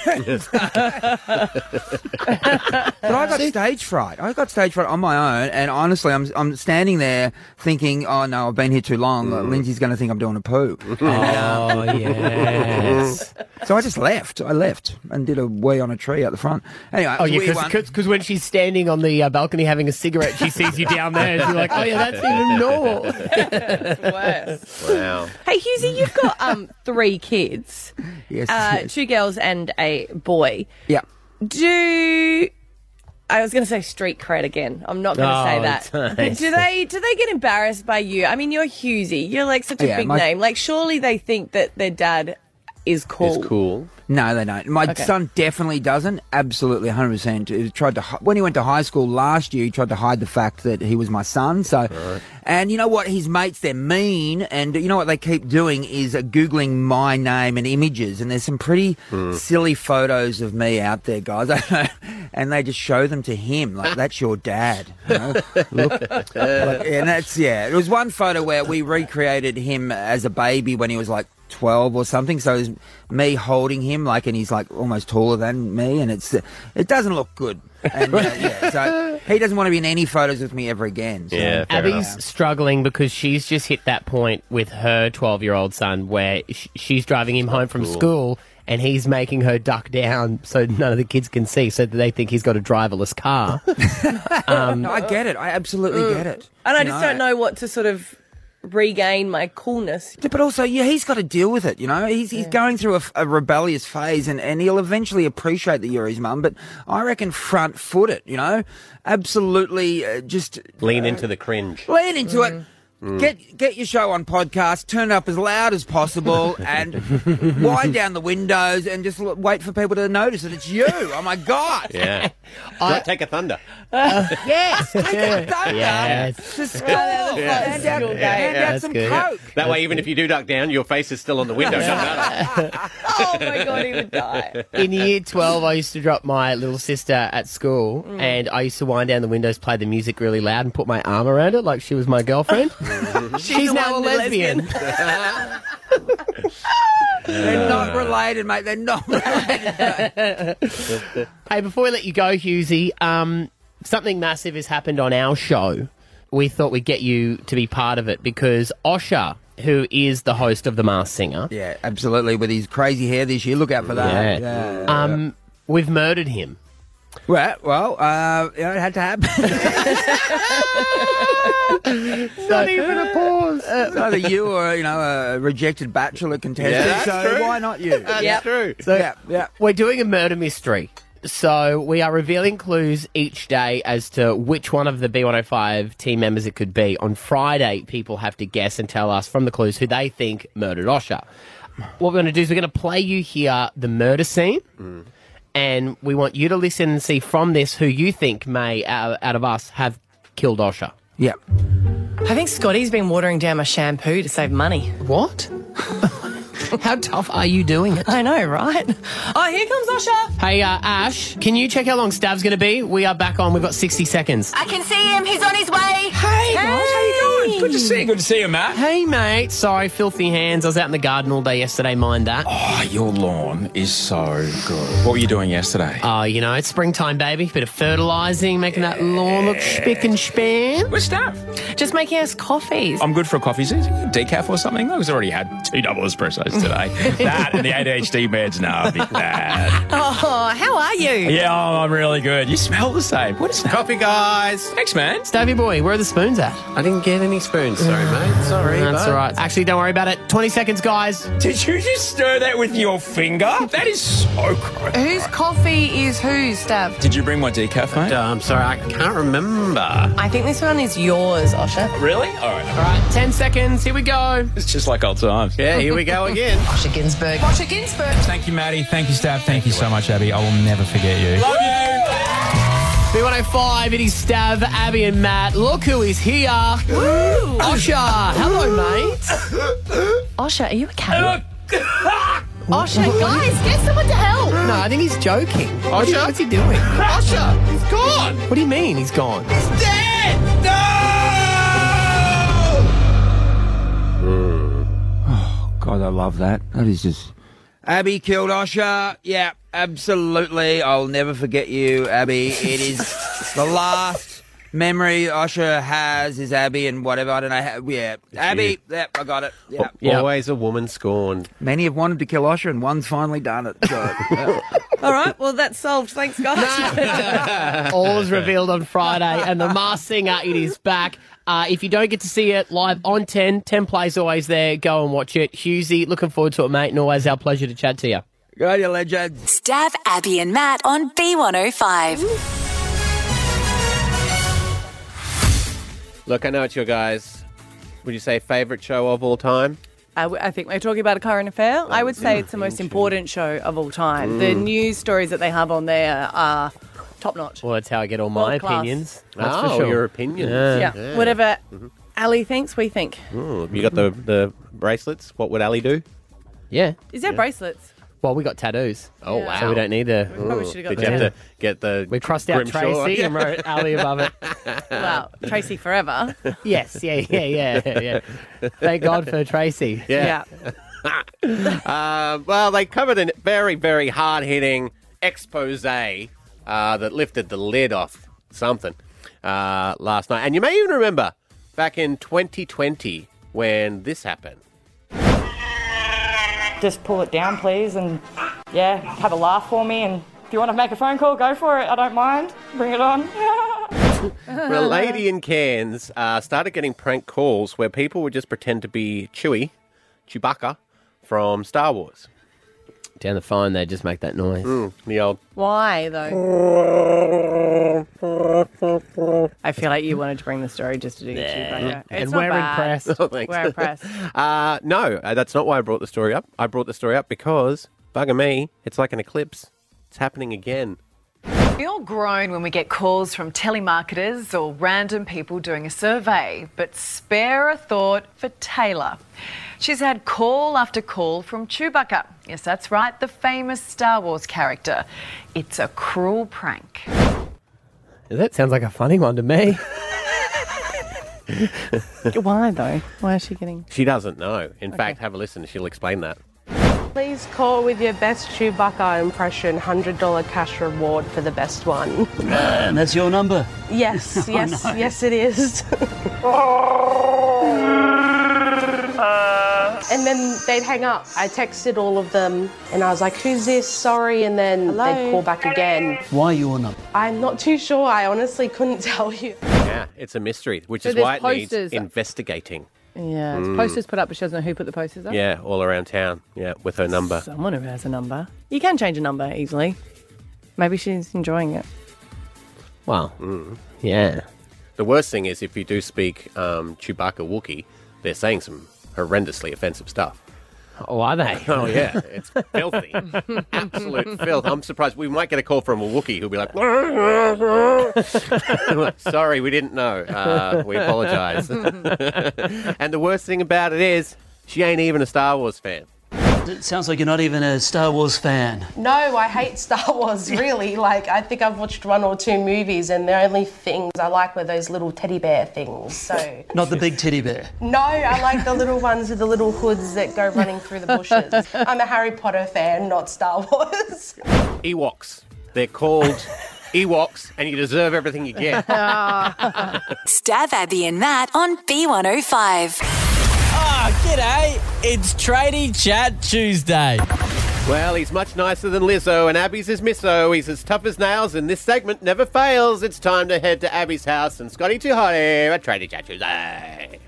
[SPEAKER 16] but I got stage fright. I got stage fright on my own, and honestly, I'm I'm standing there thinking, oh no,
[SPEAKER 3] Mm.
[SPEAKER 16] I've been here too long. Lindsay's going to think I'm doing a poo.
[SPEAKER 2] Oh,
[SPEAKER 16] And, um,
[SPEAKER 2] yes.
[SPEAKER 16] uh, So I just left. I left and did a wee on a tree out the front. Anyway,
[SPEAKER 2] Oh,
[SPEAKER 16] it was a weird
[SPEAKER 2] yeah,
[SPEAKER 16] one.
[SPEAKER 2] because when she's standing on the uh, balcony having a cigarette, she sees you down there and she's like, oh, yeah, that's even normal.
[SPEAKER 4] Wow.
[SPEAKER 3] Hey, Husey, you've got um, three kids.
[SPEAKER 16] Yes,
[SPEAKER 3] Uh,
[SPEAKER 16] yes.
[SPEAKER 3] Two girls and a boy.
[SPEAKER 16] Yeah.
[SPEAKER 3] Do. I was going to say street cred again. I'm not going to
[SPEAKER 16] Oh,
[SPEAKER 3] say
[SPEAKER 16] it's
[SPEAKER 3] that.
[SPEAKER 16] nice.
[SPEAKER 3] But do they do they get embarrassed by you? I mean, you're Husey. You're like such a
[SPEAKER 16] Yeah,
[SPEAKER 3] big
[SPEAKER 16] my-
[SPEAKER 3] name. Like, surely they think that their dad is cool.
[SPEAKER 4] cool.
[SPEAKER 16] No, they don't. My
[SPEAKER 3] Okay.
[SPEAKER 16] son definitely doesn't. Absolutely, hundred percent. He tried to hi- when he went to high school last year. He tried to hide the fact that he was my son. So, and you know what? His mates they're mean, and you know what they keep doing is uh, googling my name and images. And there's some pretty silly photos of me out there, guys. and they just show them to him like that's your dad. you know? Look, like, and that's yeah. It was one photo where we recreated him as a baby when he was like twelve or something. So it's me holding him like, and he's like almost taller than me, and it's uh, it doesn't look good. And, uh, yeah, so he doesn't want to be in any photos with me ever again. So.
[SPEAKER 2] Abby's struggling because she's just hit that point with her 12 year old son where sh- she's driving him home from
[SPEAKER 4] cool.
[SPEAKER 2] school and he's making her duck down so none of the kids can see, so that they think he's got a driverless car. um,
[SPEAKER 16] No, I get it. I absolutely get it.
[SPEAKER 3] And I
[SPEAKER 16] You
[SPEAKER 3] just
[SPEAKER 16] know?
[SPEAKER 3] don't know what to sort of regain my coolness.
[SPEAKER 16] But also, yeah, he's got to deal with it. You know, he's, he's going through a, f- a rebellious phase, and, and he'll eventually appreciate that you're his mum. But I reckon front foot it. You know, absolutely, uh, just
[SPEAKER 4] Lean into the cringe.
[SPEAKER 16] lean into it.
[SPEAKER 4] Mm.
[SPEAKER 16] Get get your show on podcast. Turn it up as loud as possible, and wind down the windows, and just l- wait for people to notice that it's you. Oh my god!
[SPEAKER 4] Yeah. Don't take a thunder.
[SPEAKER 16] yes, take a thunder
[SPEAKER 4] Yes.
[SPEAKER 16] to school.
[SPEAKER 3] Oh,
[SPEAKER 4] Yeah.
[SPEAKER 16] Hand out,
[SPEAKER 4] Yeah.
[SPEAKER 16] hand
[SPEAKER 4] Yeah.
[SPEAKER 16] out some
[SPEAKER 4] That's good.
[SPEAKER 16] coke.
[SPEAKER 4] That way, even if you do duck down, your face is still on the window. doesn't
[SPEAKER 3] oh my god, he would die.
[SPEAKER 2] in year 12, I used to drop my little sister at school
[SPEAKER 3] Mm.
[SPEAKER 2] and I used to wind down the windows, play the music really loud, and put my arm around it like she was my girlfriend. She's
[SPEAKER 16] the
[SPEAKER 2] now a
[SPEAKER 16] one, the
[SPEAKER 2] lesbian.
[SPEAKER 16] They're not related, mate. They're not
[SPEAKER 2] hey, before we let you go, Husey, um, something massive has happened on our show. We thought we'd get you to be part of it because Osha, who is the host of The Masked Singer,
[SPEAKER 16] yeah, absolutely, with his crazy hair this year, look out for that. Yeah.
[SPEAKER 2] um, we've murdered him.
[SPEAKER 16] Well, well, uh, you know, it had to happen.
[SPEAKER 2] Not even a pause.
[SPEAKER 16] It's either you or you know a rejected bachelor contestant.
[SPEAKER 2] Yeah, that's
[SPEAKER 16] so
[SPEAKER 2] true.
[SPEAKER 16] why not you?
[SPEAKER 2] That's Yep.
[SPEAKER 4] true.
[SPEAKER 2] So
[SPEAKER 16] yeah, yeah.
[SPEAKER 2] we're doing a murder mystery. So we are revealing clues each day as to which one of the B105 team members it could be. On Friday, people have to guess and tell us from the clues who they think murdered Osha. What we're going to do is we're going to play you here the murder scene. And we want you to listen and see from this who you think may, out out of us, have killed Osha.
[SPEAKER 16] Yeah.
[SPEAKER 3] I think Scotty's been watering down my shampoo to save money.
[SPEAKER 2] What? How tough are you doing it?
[SPEAKER 3] I know, right? Oh, here comes Osha.
[SPEAKER 2] Hey, uh, Ash, can you check how long Stav's going to be? We are back on. We've got 60 seconds.
[SPEAKER 5] I can see him. He's on his way.
[SPEAKER 2] Hey, guys, how you doing?
[SPEAKER 1] Good to see you. Good to see you, Matt.
[SPEAKER 2] Hey, mate. Sorry, filthy hands. I was out in the garden all day yesterday. Mind that.
[SPEAKER 1] Oh, your lawn is so good. What were you doing yesterday?
[SPEAKER 2] Oh, you know, it's springtime, baby. Bit of fertilising, making that lawn look spick and span.
[SPEAKER 1] Where's Stav?
[SPEAKER 3] Just making us coffees.
[SPEAKER 1] I'm good for a coffee. Is it decaf or something? I was already had two double espressos today. that and the ADHD meds. No, big bad.
[SPEAKER 3] Oh, how are you?
[SPEAKER 1] Yeah, oh, I'm really good. You smell the same. What is that? Coffee, guys. Thanks, man.
[SPEAKER 2] Stavy boy, where are the spoons at? I didn't get any spoons. Sorry, mate. Sorry. That's
[SPEAKER 1] bud.
[SPEAKER 2] all right. Actually, don't worry about it. 20 seconds, guys.
[SPEAKER 1] Did you just stir that with your finger? That is so gross.
[SPEAKER 8] Whose coffee is whose, Stav?
[SPEAKER 1] Did you bring my decaf, mate?
[SPEAKER 4] Uh, I'm sorry, I can't remember.
[SPEAKER 3] I think this one is yours, Osha.
[SPEAKER 1] Really? All right.
[SPEAKER 2] All right, 10 seconds. Here we go.
[SPEAKER 1] It's just like old times.
[SPEAKER 4] Yeah, here we go again.
[SPEAKER 3] Osha Ginsburg. Osha Ginsburg.
[SPEAKER 1] Thank you, Maddie. Thank you, Stav. Thank, you so much, Abby. I will never forget you. Love you.
[SPEAKER 2] B105, it is Stav, Abby, and Matt. Look who is here. Woo! Osha. Hello, mate.
[SPEAKER 3] Osha, are you okay? Osha, guys, get someone to help.
[SPEAKER 2] No, I think he's joking. Osha? What's he doing?
[SPEAKER 4] Osha, he's gone.
[SPEAKER 2] What do you mean he's gone?
[SPEAKER 16] Oh, God, I love that. That is just. Abby killed Osha. Yeah, absolutely. I'll never forget you, Abby. It is the last memory Usher has is Abby and whatever. I don't know. How, yeah, Abby. Yep, I got it. Yeah.
[SPEAKER 4] Always a woman scorned.
[SPEAKER 16] Many have wanted to kill Usher, and one's finally done it. So,
[SPEAKER 3] All right, well, that's solved. Thanks, guys.
[SPEAKER 2] All is revealed on Friday, and The Masked Singer, it is back. Uh, if you don't get to see it live on 10, 10 plays always there. Go and watch it. Husey, looking forward to it, mate, and always our pleasure to chat to you.
[SPEAKER 16] Go, you legend.
[SPEAKER 5] Stab Abby and Matt on B105.
[SPEAKER 4] Look, I know it's your guys. Would you say favorite show of all time?
[SPEAKER 3] I, w- I think we're talking about a current affair. I would say it's the most important show of all time. The
[SPEAKER 2] Mm.
[SPEAKER 3] news stories that they have on there are top notch.
[SPEAKER 2] Well, that's how I get all my
[SPEAKER 3] World class.
[SPEAKER 2] opinions. That's
[SPEAKER 4] Oh,
[SPEAKER 2] for sure.
[SPEAKER 4] your opinions.
[SPEAKER 3] Yeah.
[SPEAKER 4] Yeah.
[SPEAKER 3] Whatever
[SPEAKER 2] Mm-hmm.
[SPEAKER 3] Ali thinks, we think.
[SPEAKER 4] Ooh, you got the, the bracelets. What would Ali do?
[SPEAKER 2] Yeah.
[SPEAKER 3] Is there bracelets?
[SPEAKER 2] Well, we got tattoos.
[SPEAKER 4] Oh, Yeah. wow.
[SPEAKER 2] So we don't need to.
[SPEAKER 3] We probably should've got
[SPEAKER 4] Did you have
[SPEAKER 3] the-
[SPEAKER 4] to get the.
[SPEAKER 2] We crossed out
[SPEAKER 4] Grimshaw?
[SPEAKER 2] Tracy and wrote Ali above it.
[SPEAKER 3] Wow, Tracy forever.
[SPEAKER 2] Yes, yeah, yeah, yeah, yeah. Thank God for Tracy.
[SPEAKER 4] Yeah. uh, well, they covered a very, very hard hitting expose uh, that lifted the lid off something uh, last night. And you may even remember back in 2020 when this happened.
[SPEAKER 15] Just pull it down, please, and yeah, have a laugh for me. And if you want to make a phone call, go for it. I don't mind. Bring it on.
[SPEAKER 4] Well, a lady in Cairns uh, started getting prank calls where people would just pretend to be Chewie, Chewbacca from Star Wars. Mm,
[SPEAKER 2] Down the phone, they just make that noise.
[SPEAKER 4] the old.
[SPEAKER 3] Why, though? I feel like you wanted to bring the story just to do yeah.
[SPEAKER 4] And
[SPEAKER 2] we're impressed.
[SPEAKER 4] Oh, thanks.
[SPEAKER 3] We're impressed.
[SPEAKER 4] Uh, no, uh, that's not why I brought the story up. I brought the story up because, bugger me, it's like an eclipse. It's happening again.
[SPEAKER 17] We all groan when we get calls from telemarketers or random people doing a survey, but spare a thought for Taylor. She's had call after call from Chewbacca. Yes, that's right, the famous Star Wars character. It's a cruel prank.
[SPEAKER 2] That sounds like a funny one to me.
[SPEAKER 3] Why, though? Why is she getting.
[SPEAKER 4] She doesn't know. In fact, have a listen. She'll explain that.
[SPEAKER 18] Please call with your best Chewbacca impression. $100 cash reward for the best one.
[SPEAKER 19] And that's your number.
[SPEAKER 18] Yes,
[SPEAKER 19] Oh,
[SPEAKER 18] yes,
[SPEAKER 19] no.
[SPEAKER 18] yes, it is. and then they'd hang up. I texted all of them and I was like, who's this? Sorry. And then they'd call back again.
[SPEAKER 19] Why your number?
[SPEAKER 18] I'm not too sure. I honestly couldn't tell you.
[SPEAKER 4] Yeah, it's a mystery, which
[SPEAKER 3] So
[SPEAKER 4] is
[SPEAKER 3] there's
[SPEAKER 4] why it
[SPEAKER 3] posters.
[SPEAKER 4] needs investigating.
[SPEAKER 3] Yeah, it's
[SPEAKER 4] Mm.
[SPEAKER 3] posters put up, but she doesn't know who put the posters up.
[SPEAKER 4] Yeah, all around town. Yeah, with her number.
[SPEAKER 3] Someone who has a number. You can change a number easily. Maybe she's enjoying it.
[SPEAKER 2] Wow. Yeah.
[SPEAKER 4] The worst thing is if you do speak um, Chewbacca Wookiee, they're saying some horrendously offensive stuff.
[SPEAKER 2] Oh, are they?
[SPEAKER 4] Oh, yeah. It's filthy. Absolute filth. I'm surprised. We might get a call from a Wookiee who'll be like, sorry, we didn't know. Uh, we apologise. and the worst thing about it is, she ain't even a Star Wars fan.
[SPEAKER 19] It sounds like you're not even a Star Wars fan.
[SPEAKER 18] No, I hate Star Wars, really. Like, I think I've watched one or two movies, and the only things I like were those little teddy bear things. So,
[SPEAKER 19] Not the big teddy bear.
[SPEAKER 18] no, I like the little ones with the little hoods that go running through the bushes. I'm a Harry Potter fan, not Star Wars.
[SPEAKER 4] Ewoks. They're called Ewoks, and you deserve everything you get.
[SPEAKER 5] Stab Abby and Matt on B105.
[SPEAKER 20] Ah, g'day. It's Tradie Chat Tuesday.
[SPEAKER 4] Well, he's much nicer than Lizzo, and Abby's is Misso. He's as tough as nails, and this segment never fails. It's time to head to Abby's house and Scotty Too Hot here at Tradie Chat Tuesday.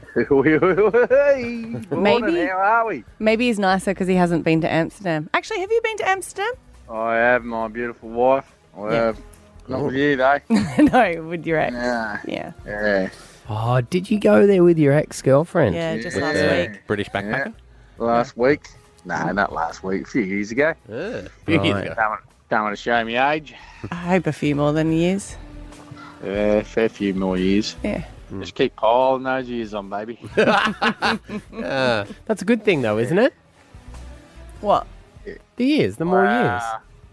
[SPEAKER 3] Maybe. How are we? Maybe he's nicer because he hasn't been to Amsterdam. Actually, have you been to Amsterdam?
[SPEAKER 21] I have my beautiful wife. I
[SPEAKER 3] Yeah.
[SPEAKER 21] have. Not with you, though.
[SPEAKER 3] no, with your ex.
[SPEAKER 21] Nah.
[SPEAKER 3] Yeah.
[SPEAKER 21] Yeah.
[SPEAKER 2] Oh, did you go there with your ex girlfriend?
[SPEAKER 3] Yeah, just
[SPEAKER 21] last Yeah. week.
[SPEAKER 4] British backpacker.
[SPEAKER 21] Last week? No, not last week. A few years ago.
[SPEAKER 4] few years Right. ago.
[SPEAKER 21] Don't want, don't want to show me age.
[SPEAKER 3] I hope a few more than years.
[SPEAKER 21] Yeah, fair few more years.
[SPEAKER 3] Yeah.
[SPEAKER 4] Hmm.
[SPEAKER 21] Just keep piling those years on, baby.
[SPEAKER 4] Uh, that's a good thing, though, isn't it?
[SPEAKER 3] What?
[SPEAKER 2] The years, the more
[SPEAKER 21] Uh,
[SPEAKER 2] years.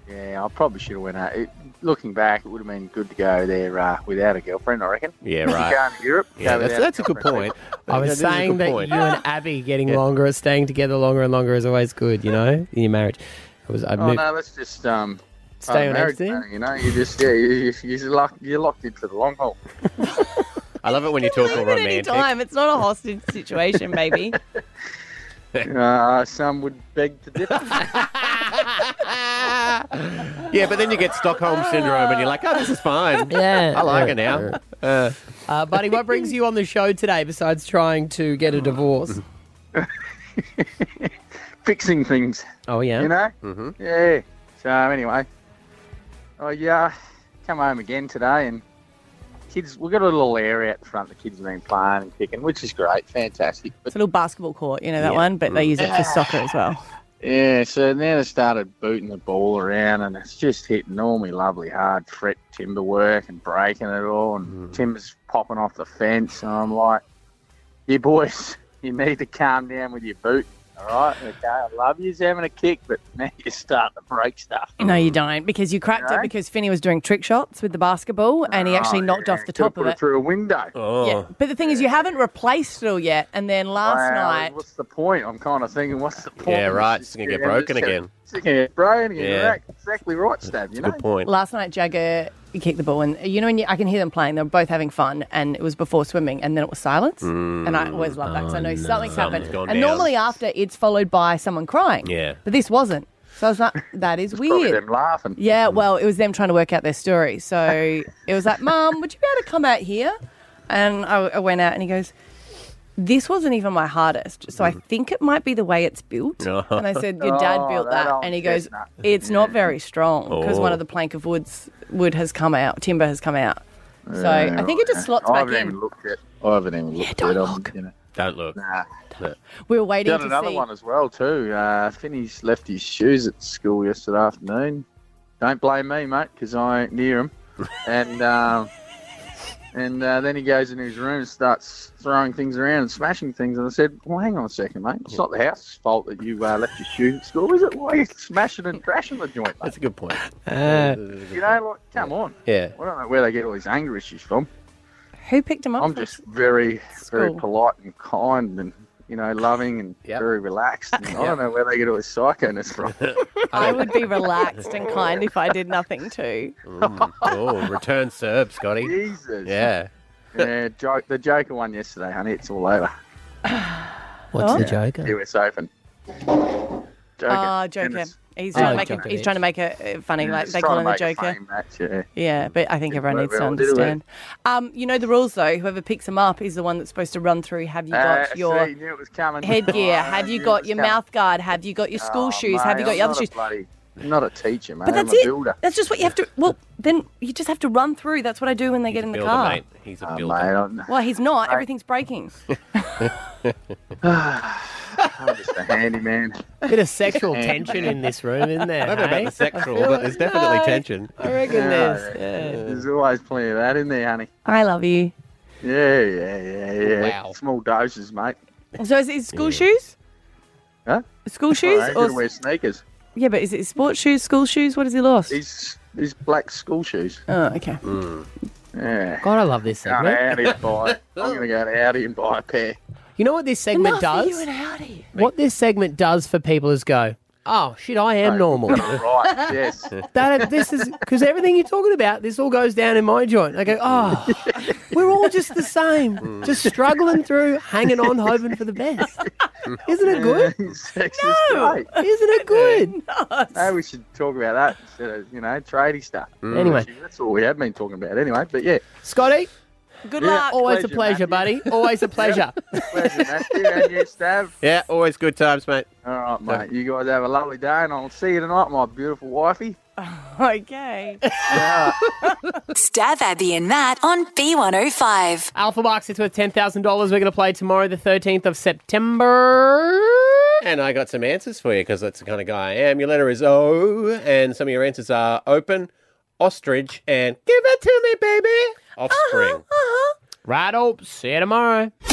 [SPEAKER 21] Yeah, I probably should have went out. It, looking back, it would have been good to go there uh, without a girlfriend, I reckon.
[SPEAKER 4] Yeah,
[SPEAKER 21] If you're
[SPEAKER 4] right.
[SPEAKER 21] Going to Europe.
[SPEAKER 4] Yeah,
[SPEAKER 21] go
[SPEAKER 4] that's,
[SPEAKER 21] without
[SPEAKER 4] that's a good
[SPEAKER 21] girlfriend.
[SPEAKER 4] point.
[SPEAKER 2] I was
[SPEAKER 4] That is a
[SPEAKER 2] saying
[SPEAKER 4] good
[SPEAKER 2] that
[SPEAKER 4] point.
[SPEAKER 2] you and Abby getting longer, staying together longer and longer is always good, you know, in your marriage. It was, I
[SPEAKER 21] Oh
[SPEAKER 2] moved-
[SPEAKER 21] no, let's just um,
[SPEAKER 2] Stay
[SPEAKER 21] Uh,
[SPEAKER 2] on
[SPEAKER 21] marriage
[SPEAKER 2] Epstein?
[SPEAKER 21] planning, You know, you just yeah, you, you- you're locked you're locked in for the long haul.
[SPEAKER 4] I love it when you talk all
[SPEAKER 3] Any time. It's not a hostage situation, baby.
[SPEAKER 21] uh, some would beg to differ.
[SPEAKER 4] Yeah, but then you get Stockholm syndrome, and you're like, oh, this is fine.
[SPEAKER 2] Yeah.
[SPEAKER 4] I like
[SPEAKER 2] Yeah,
[SPEAKER 4] it now. Uh,
[SPEAKER 2] Uh, buddy, what brings you on the show today besides trying to get a divorce?
[SPEAKER 21] Fixing things.
[SPEAKER 2] Oh yeah.
[SPEAKER 21] You know? Mm-hmm. Yeah. So anyway, oh yeah, come home again today, and kids. We've got a little area out front. The kids have been playing and kicking, which is great, fantastic. But
[SPEAKER 3] It's a little basketball court, you know that
[SPEAKER 21] Yeah.
[SPEAKER 3] one, but they use it
[SPEAKER 21] Yeah.
[SPEAKER 3] for soccer as well.
[SPEAKER 21] Yeah, so now they started booting the ball around, and it's just hitting all me lovely hard fret timber work and breaking it all, and timbers popping off the fence, and I'm like, "You boys, you need to calm down with your boot, all right? Okay, I love you having a kick, but now you're starting to break stuff."
[SPEAKER 3] No, you don't, because you cracked it
[SPEAKER 21] No?
[SPEAKER 3] because Finney was doing trick shots with the basketball and he actually
[SPEAKER 21] Oh,
[SPEAKER 3] knocked
[SPEAKER 21] yeah,
[SPEAKER 3] off the
[SPEAKER 21] could've
[SPEAKER 3] top
[SPEAKER 21] put
[SPEAKER 3] of
[SPEAKER 21] it.
[SPEAKER 3] it.
[SPEAKER 21] through a window.
[SPEAKER 4] Oh,
[SPEAKER 3] But the thing is, you haven't replaced it all yet. And then last
[SPEAKER 21] Wow,
[SPEAKER 3] night,
[SPEAKER 21] What's the point? I'm kind of thinking, what's the point?
[SPEAKER 4] yeah, right.
[SPEAKER 21] It's
[SPEAKER 4] It's gonna get
[SPEAKER 21] yeah,
[SPEAKER 4] broken
[SPEAKER 21] it's-
[SPEAKER 4] again.
[SPEAKER 21] It's gonna get broken again.
[SPEAKER 4] Yeah.
[SPEAKER 21] right? Exactly right, Stab. You know.
[SPEAKER 4] Good point.
[SPEAKER 3] last night Jagger kicked the ball, and you know, and you, I can hear them playing. They were both having fun, and it was before swimming, and then it was silence. And I always love that because I know Mm, oh, something's happened.
[SPEAKER 4] Something's gone
[SPEAKER 3] and
[SPEAKER 4] down.
[SPEAKER 3] normally after, it's followed by someone crying.
[SPEAKER 4] Yeah.
[SPEAKER 3] But this wasn't. So I was like, that is
[SPEAKER 21] Probably
[SPEAKER 3] weird.
[SPEAKER 21] them laughing.
[SPEAKER 3] Yeah, well, it was them trying to work out their story. So it was like, Mom, would you be able to come out here? And I, I went out and he goes, This wasn't even my hardest. So I think it might be the way it's built.
[SPEAKER 4] Oh.
[SPEAKER 3] And I said, Your dad
[SPEAKER 21] Mm. Oh,
[SPEAKER 3] built
[SPEAKER 21] that
[SPEAKER 3] that.
[SPEAKER 21] old
[SPEAKER 3] And he goes,
[SPEAKER 21] chestnut.
[SPEAKER 3] It's not very strong because one
[SPEAKER 21] Oh.
[SPEAKER 3] of the plank of woods wood has come out, timber has come out. So I think it just slots
[SPEAKER 21] I
[SPEAKER 3] back
[SPEAKER 21] haven't
[SPEAKER 3] in.
[SPEAKER 21] even looked at. I haven't even looked at it. I'm, You know,
[SPEAKER 4] Don't look.
[SPEAKER 21] Nah.
[SPEAKER 3] We were waiting
[SPEAKER 21] Got
[SPEAKER 3] to
[SPEAKER 21] another
[SPEAKER 3] see.
[SPEAKER 21] one as well too. Uh, Finney's left his shoes at school yesterday afternoon. Don't blame me, mate, because I ain't near him. and um, and uh, then he goes into his room and starts throwing things around and smashing things. And I said, "Well, hang on a second, mate. It's not the house's fault that you uh, left your shoes at school, is it? Why are you smashing and thrashing the joint?" That's
[SPEAKER 4] a good point.
[SPEAKER 21] you know, like, come on.
[SPEAKER 4] Yeah.
[SPEAKER 21] I don't know where they get all these anger issues from.
[SPEAKER 3] Who picked him up?
[SPEAKER 21] I'm
[SPEAKER 3] from
[SPEAKER 21] just very, very
[SPEAKER 3] school?
[SPEAKER 21] polite and kind and, you know, loving and very relaxed. And I don't know where they get all this psychoness from.
[SPEAKER 3] I would be relaxed and kind if I did nothing too.
[SPEAKER 4] Mm. Oh, return serve, Scotty.
[SPEAKER 21] Jesus.
[SPEAKER 4] Yeah.
[SPEAKER 21] yeah, joke, the Joker won yesterday, honey. It's all over.
[SPEAKER 3] What's the
[SPEAKER 21] Yeah,
[SPEAKER 3] Joker?
[SPEAKER 21] US Open. Joker.
[SPEAKER 3] Ah, Joker.
[SPEAKER 21] Tennis.
[SPEAKER 3] He's
[SPEAKER 21] Oh,
[SPEAKER 3] trying to make
[SPEAKER 21] Djokovic.
[SPEAKER 3] it, he's trying to make it uh, funny,
[SPEAKER 21] Yeah,
[SPEAKER 3] like
[SPEAKER 21] he's
[SPEAKER 3] they
[SPEAKER 21] trying
[SPEAKER 3] call
[SPEAKER 21] to
[SPEAKER 3] him the
[SPEAKER 21] make a
[SPEAKER 3] Joker.
[SPEAKER 21] fame match, yeah.
[SPEAKER 3] Yeah, Uh, but I think everyone
[SPEAKER 21] work
[SPEAKER 3] needs to
[SPEAKER 21] well, did it?
[SPEAKER 3] understand. Um, you know the rules though. Whoever picks them up is the one that's supposed to run through. Have you
[SPEAKER 21] Uh,
[SPEAKER 3] got
[SPEAKER 21] see,
[SPEAKER 3] your
[SPEAKER 21] you knew it was coming.
[SPEAKER 3] headgear?
[SPEAKER 21] I
[SPEAKER 3] Have you
[SPEAKER 21] knew it
[SPEAKER 3] got
[SPEAKER 21] was
[SPEAKER 3] your
[SPEAKER 21] coming.
[SPEAKER 3] mouth guard? Have you got your school
[SPEAKER 21] Oh,
[SPEAKER 3] shoes? Have you
[SPEAKER 21] mate,
[SPEAKER 3] got your
[SPEAKER 21] I'm not
[SPEAKER 3] other
[SPEAKER 21] a
[SPEAKER 3] shoes?
[SPEAKER 21] bloody- I'm not a teacher, mate.
[SPEAKER 3] But
[SPEAKER 21] I'm
[SPEAKER 3] that's
[SPEAKER 21] a
[SPEAKER 3] it.
[SPEAKER 21] builder.
[SPEAKER 3] That's just what you have to. Well, then you just have to run through. That's what I do when they get in the car.
[SPEAKER 4] He's
[SPEAKER 21] a builder. Oh, mate, I'm-
[SPEAKER 3] Well, he's not. Everything's breaking.
[SPEAKER 21] I'm just a handyman.
[SPEAKER 2] Bit of sexual tension in this room, isn't there?
[SPEAKER 21] I don't know about
[SPEAKER 2] hey?
[SPEAKER 21] the sexual,
[SPEAKER 2] I feel
[SPEAKER 21] but
[SPEAKER 2] it.
[SPEAKER 21] there's definitely tension.
[SPEAKER 2] I reckon
[SPEAKER 21] Yeah,
[SPEAKER 2] there's.
[SPEAKER 21] There's always plenty of that in there, honey.
[SPEAKER 3] I love you.
[SPEAKER 21] Yeah, yeah, yeah, yeah.
[SPEAKER 3] Wow.
[SPEAKER 21] Small doses, mate.
[SPEAKER 3] So is it school shoes?
[SPEAKER 21] Huh?
[SPEAKER 3] School shoes
[SPEAKER 21] I ain't
[SPEAKER 3] or
[SPEAKER 2] Oh,
[SPEAKER 21] gonna wear sneakers.
[SPEAKER 3] Yeah, but is it sports shoes, school shoes? What has he lost?
[SPEAKER 21] These these black school shoes.
[SPEAKER 3] Oh, okay.
[SPEAKER 21] Mm. Yeah.
[SPEAKER 2] God, I love this
[SPEAKER 21] Going out
[SPEAKER 2] segment.
[SPEAKER 21] and buy. I'm gonna go to Audi and buy a pair.
[SPEAKER 2] You know what this segment
[SPEAKER 3] Enough
[SPEAKER 2] does?
[SPEAKER 3] of you and Audi.
[SPEAKER 2] What this segment does for people is go, oh shit, I am normal.
[SPEAKER 21] right. Yes.
[SPEAKER 2] That this is because everything you're talking about, this all goes down in my joint. I go, oh, we're all just the same, just struggling through, hanging on, hoping for the best. Isn't it good?
[SPEAKER 21] Sex
[SPEAKER 2] No.
[SPEAKER 21] is great.
[SPEAKER 2] Isn't it good?
[SPEAKER 21] No, we should talk about that instead of, you know, tradie stuff.
[SPEAKER 2] Mm. Anyway.
[SPEAKER 21] Actually, that's all we have been talking about anyway. But yeah.
[SPEAKER 2] Scotty,
[SPEAKER 3] good
[SPEAKER 21] Yeah. luck.
[SPEAKER 2] Always a
[SPEAKER 21] Pleasure,
[SPEAKER 2] pleasure, buddy. Always a pleasure.
[SPEAKER 21] Pleasure, Matthew, and you, Stav.
[SPEAKER 4] Yeah, always good times, mate.
[SPEAKER 21] All right, mate. You guys have a lovely day, and I'll see you tonight, my beautiful wifey.
[SPEAKER 3] Okay.
[SPEAKER 5] Stab Abby and Matt on B105.
[SPEAKER 2] Alpha Box, it's worth $10,000. We're going to play tomorrow, the 13th of September.
[SPEAKER 4] And I got some answers for you because that's the kind of guy I am. Your letter is O, and some of your answers are open, ostrich, and give it to me, baby. Offspring.
[SPEAKER 2] Right, oh, see you tomorrow.
[SPEAKER 21] oh
[SPEAKER 2] Oh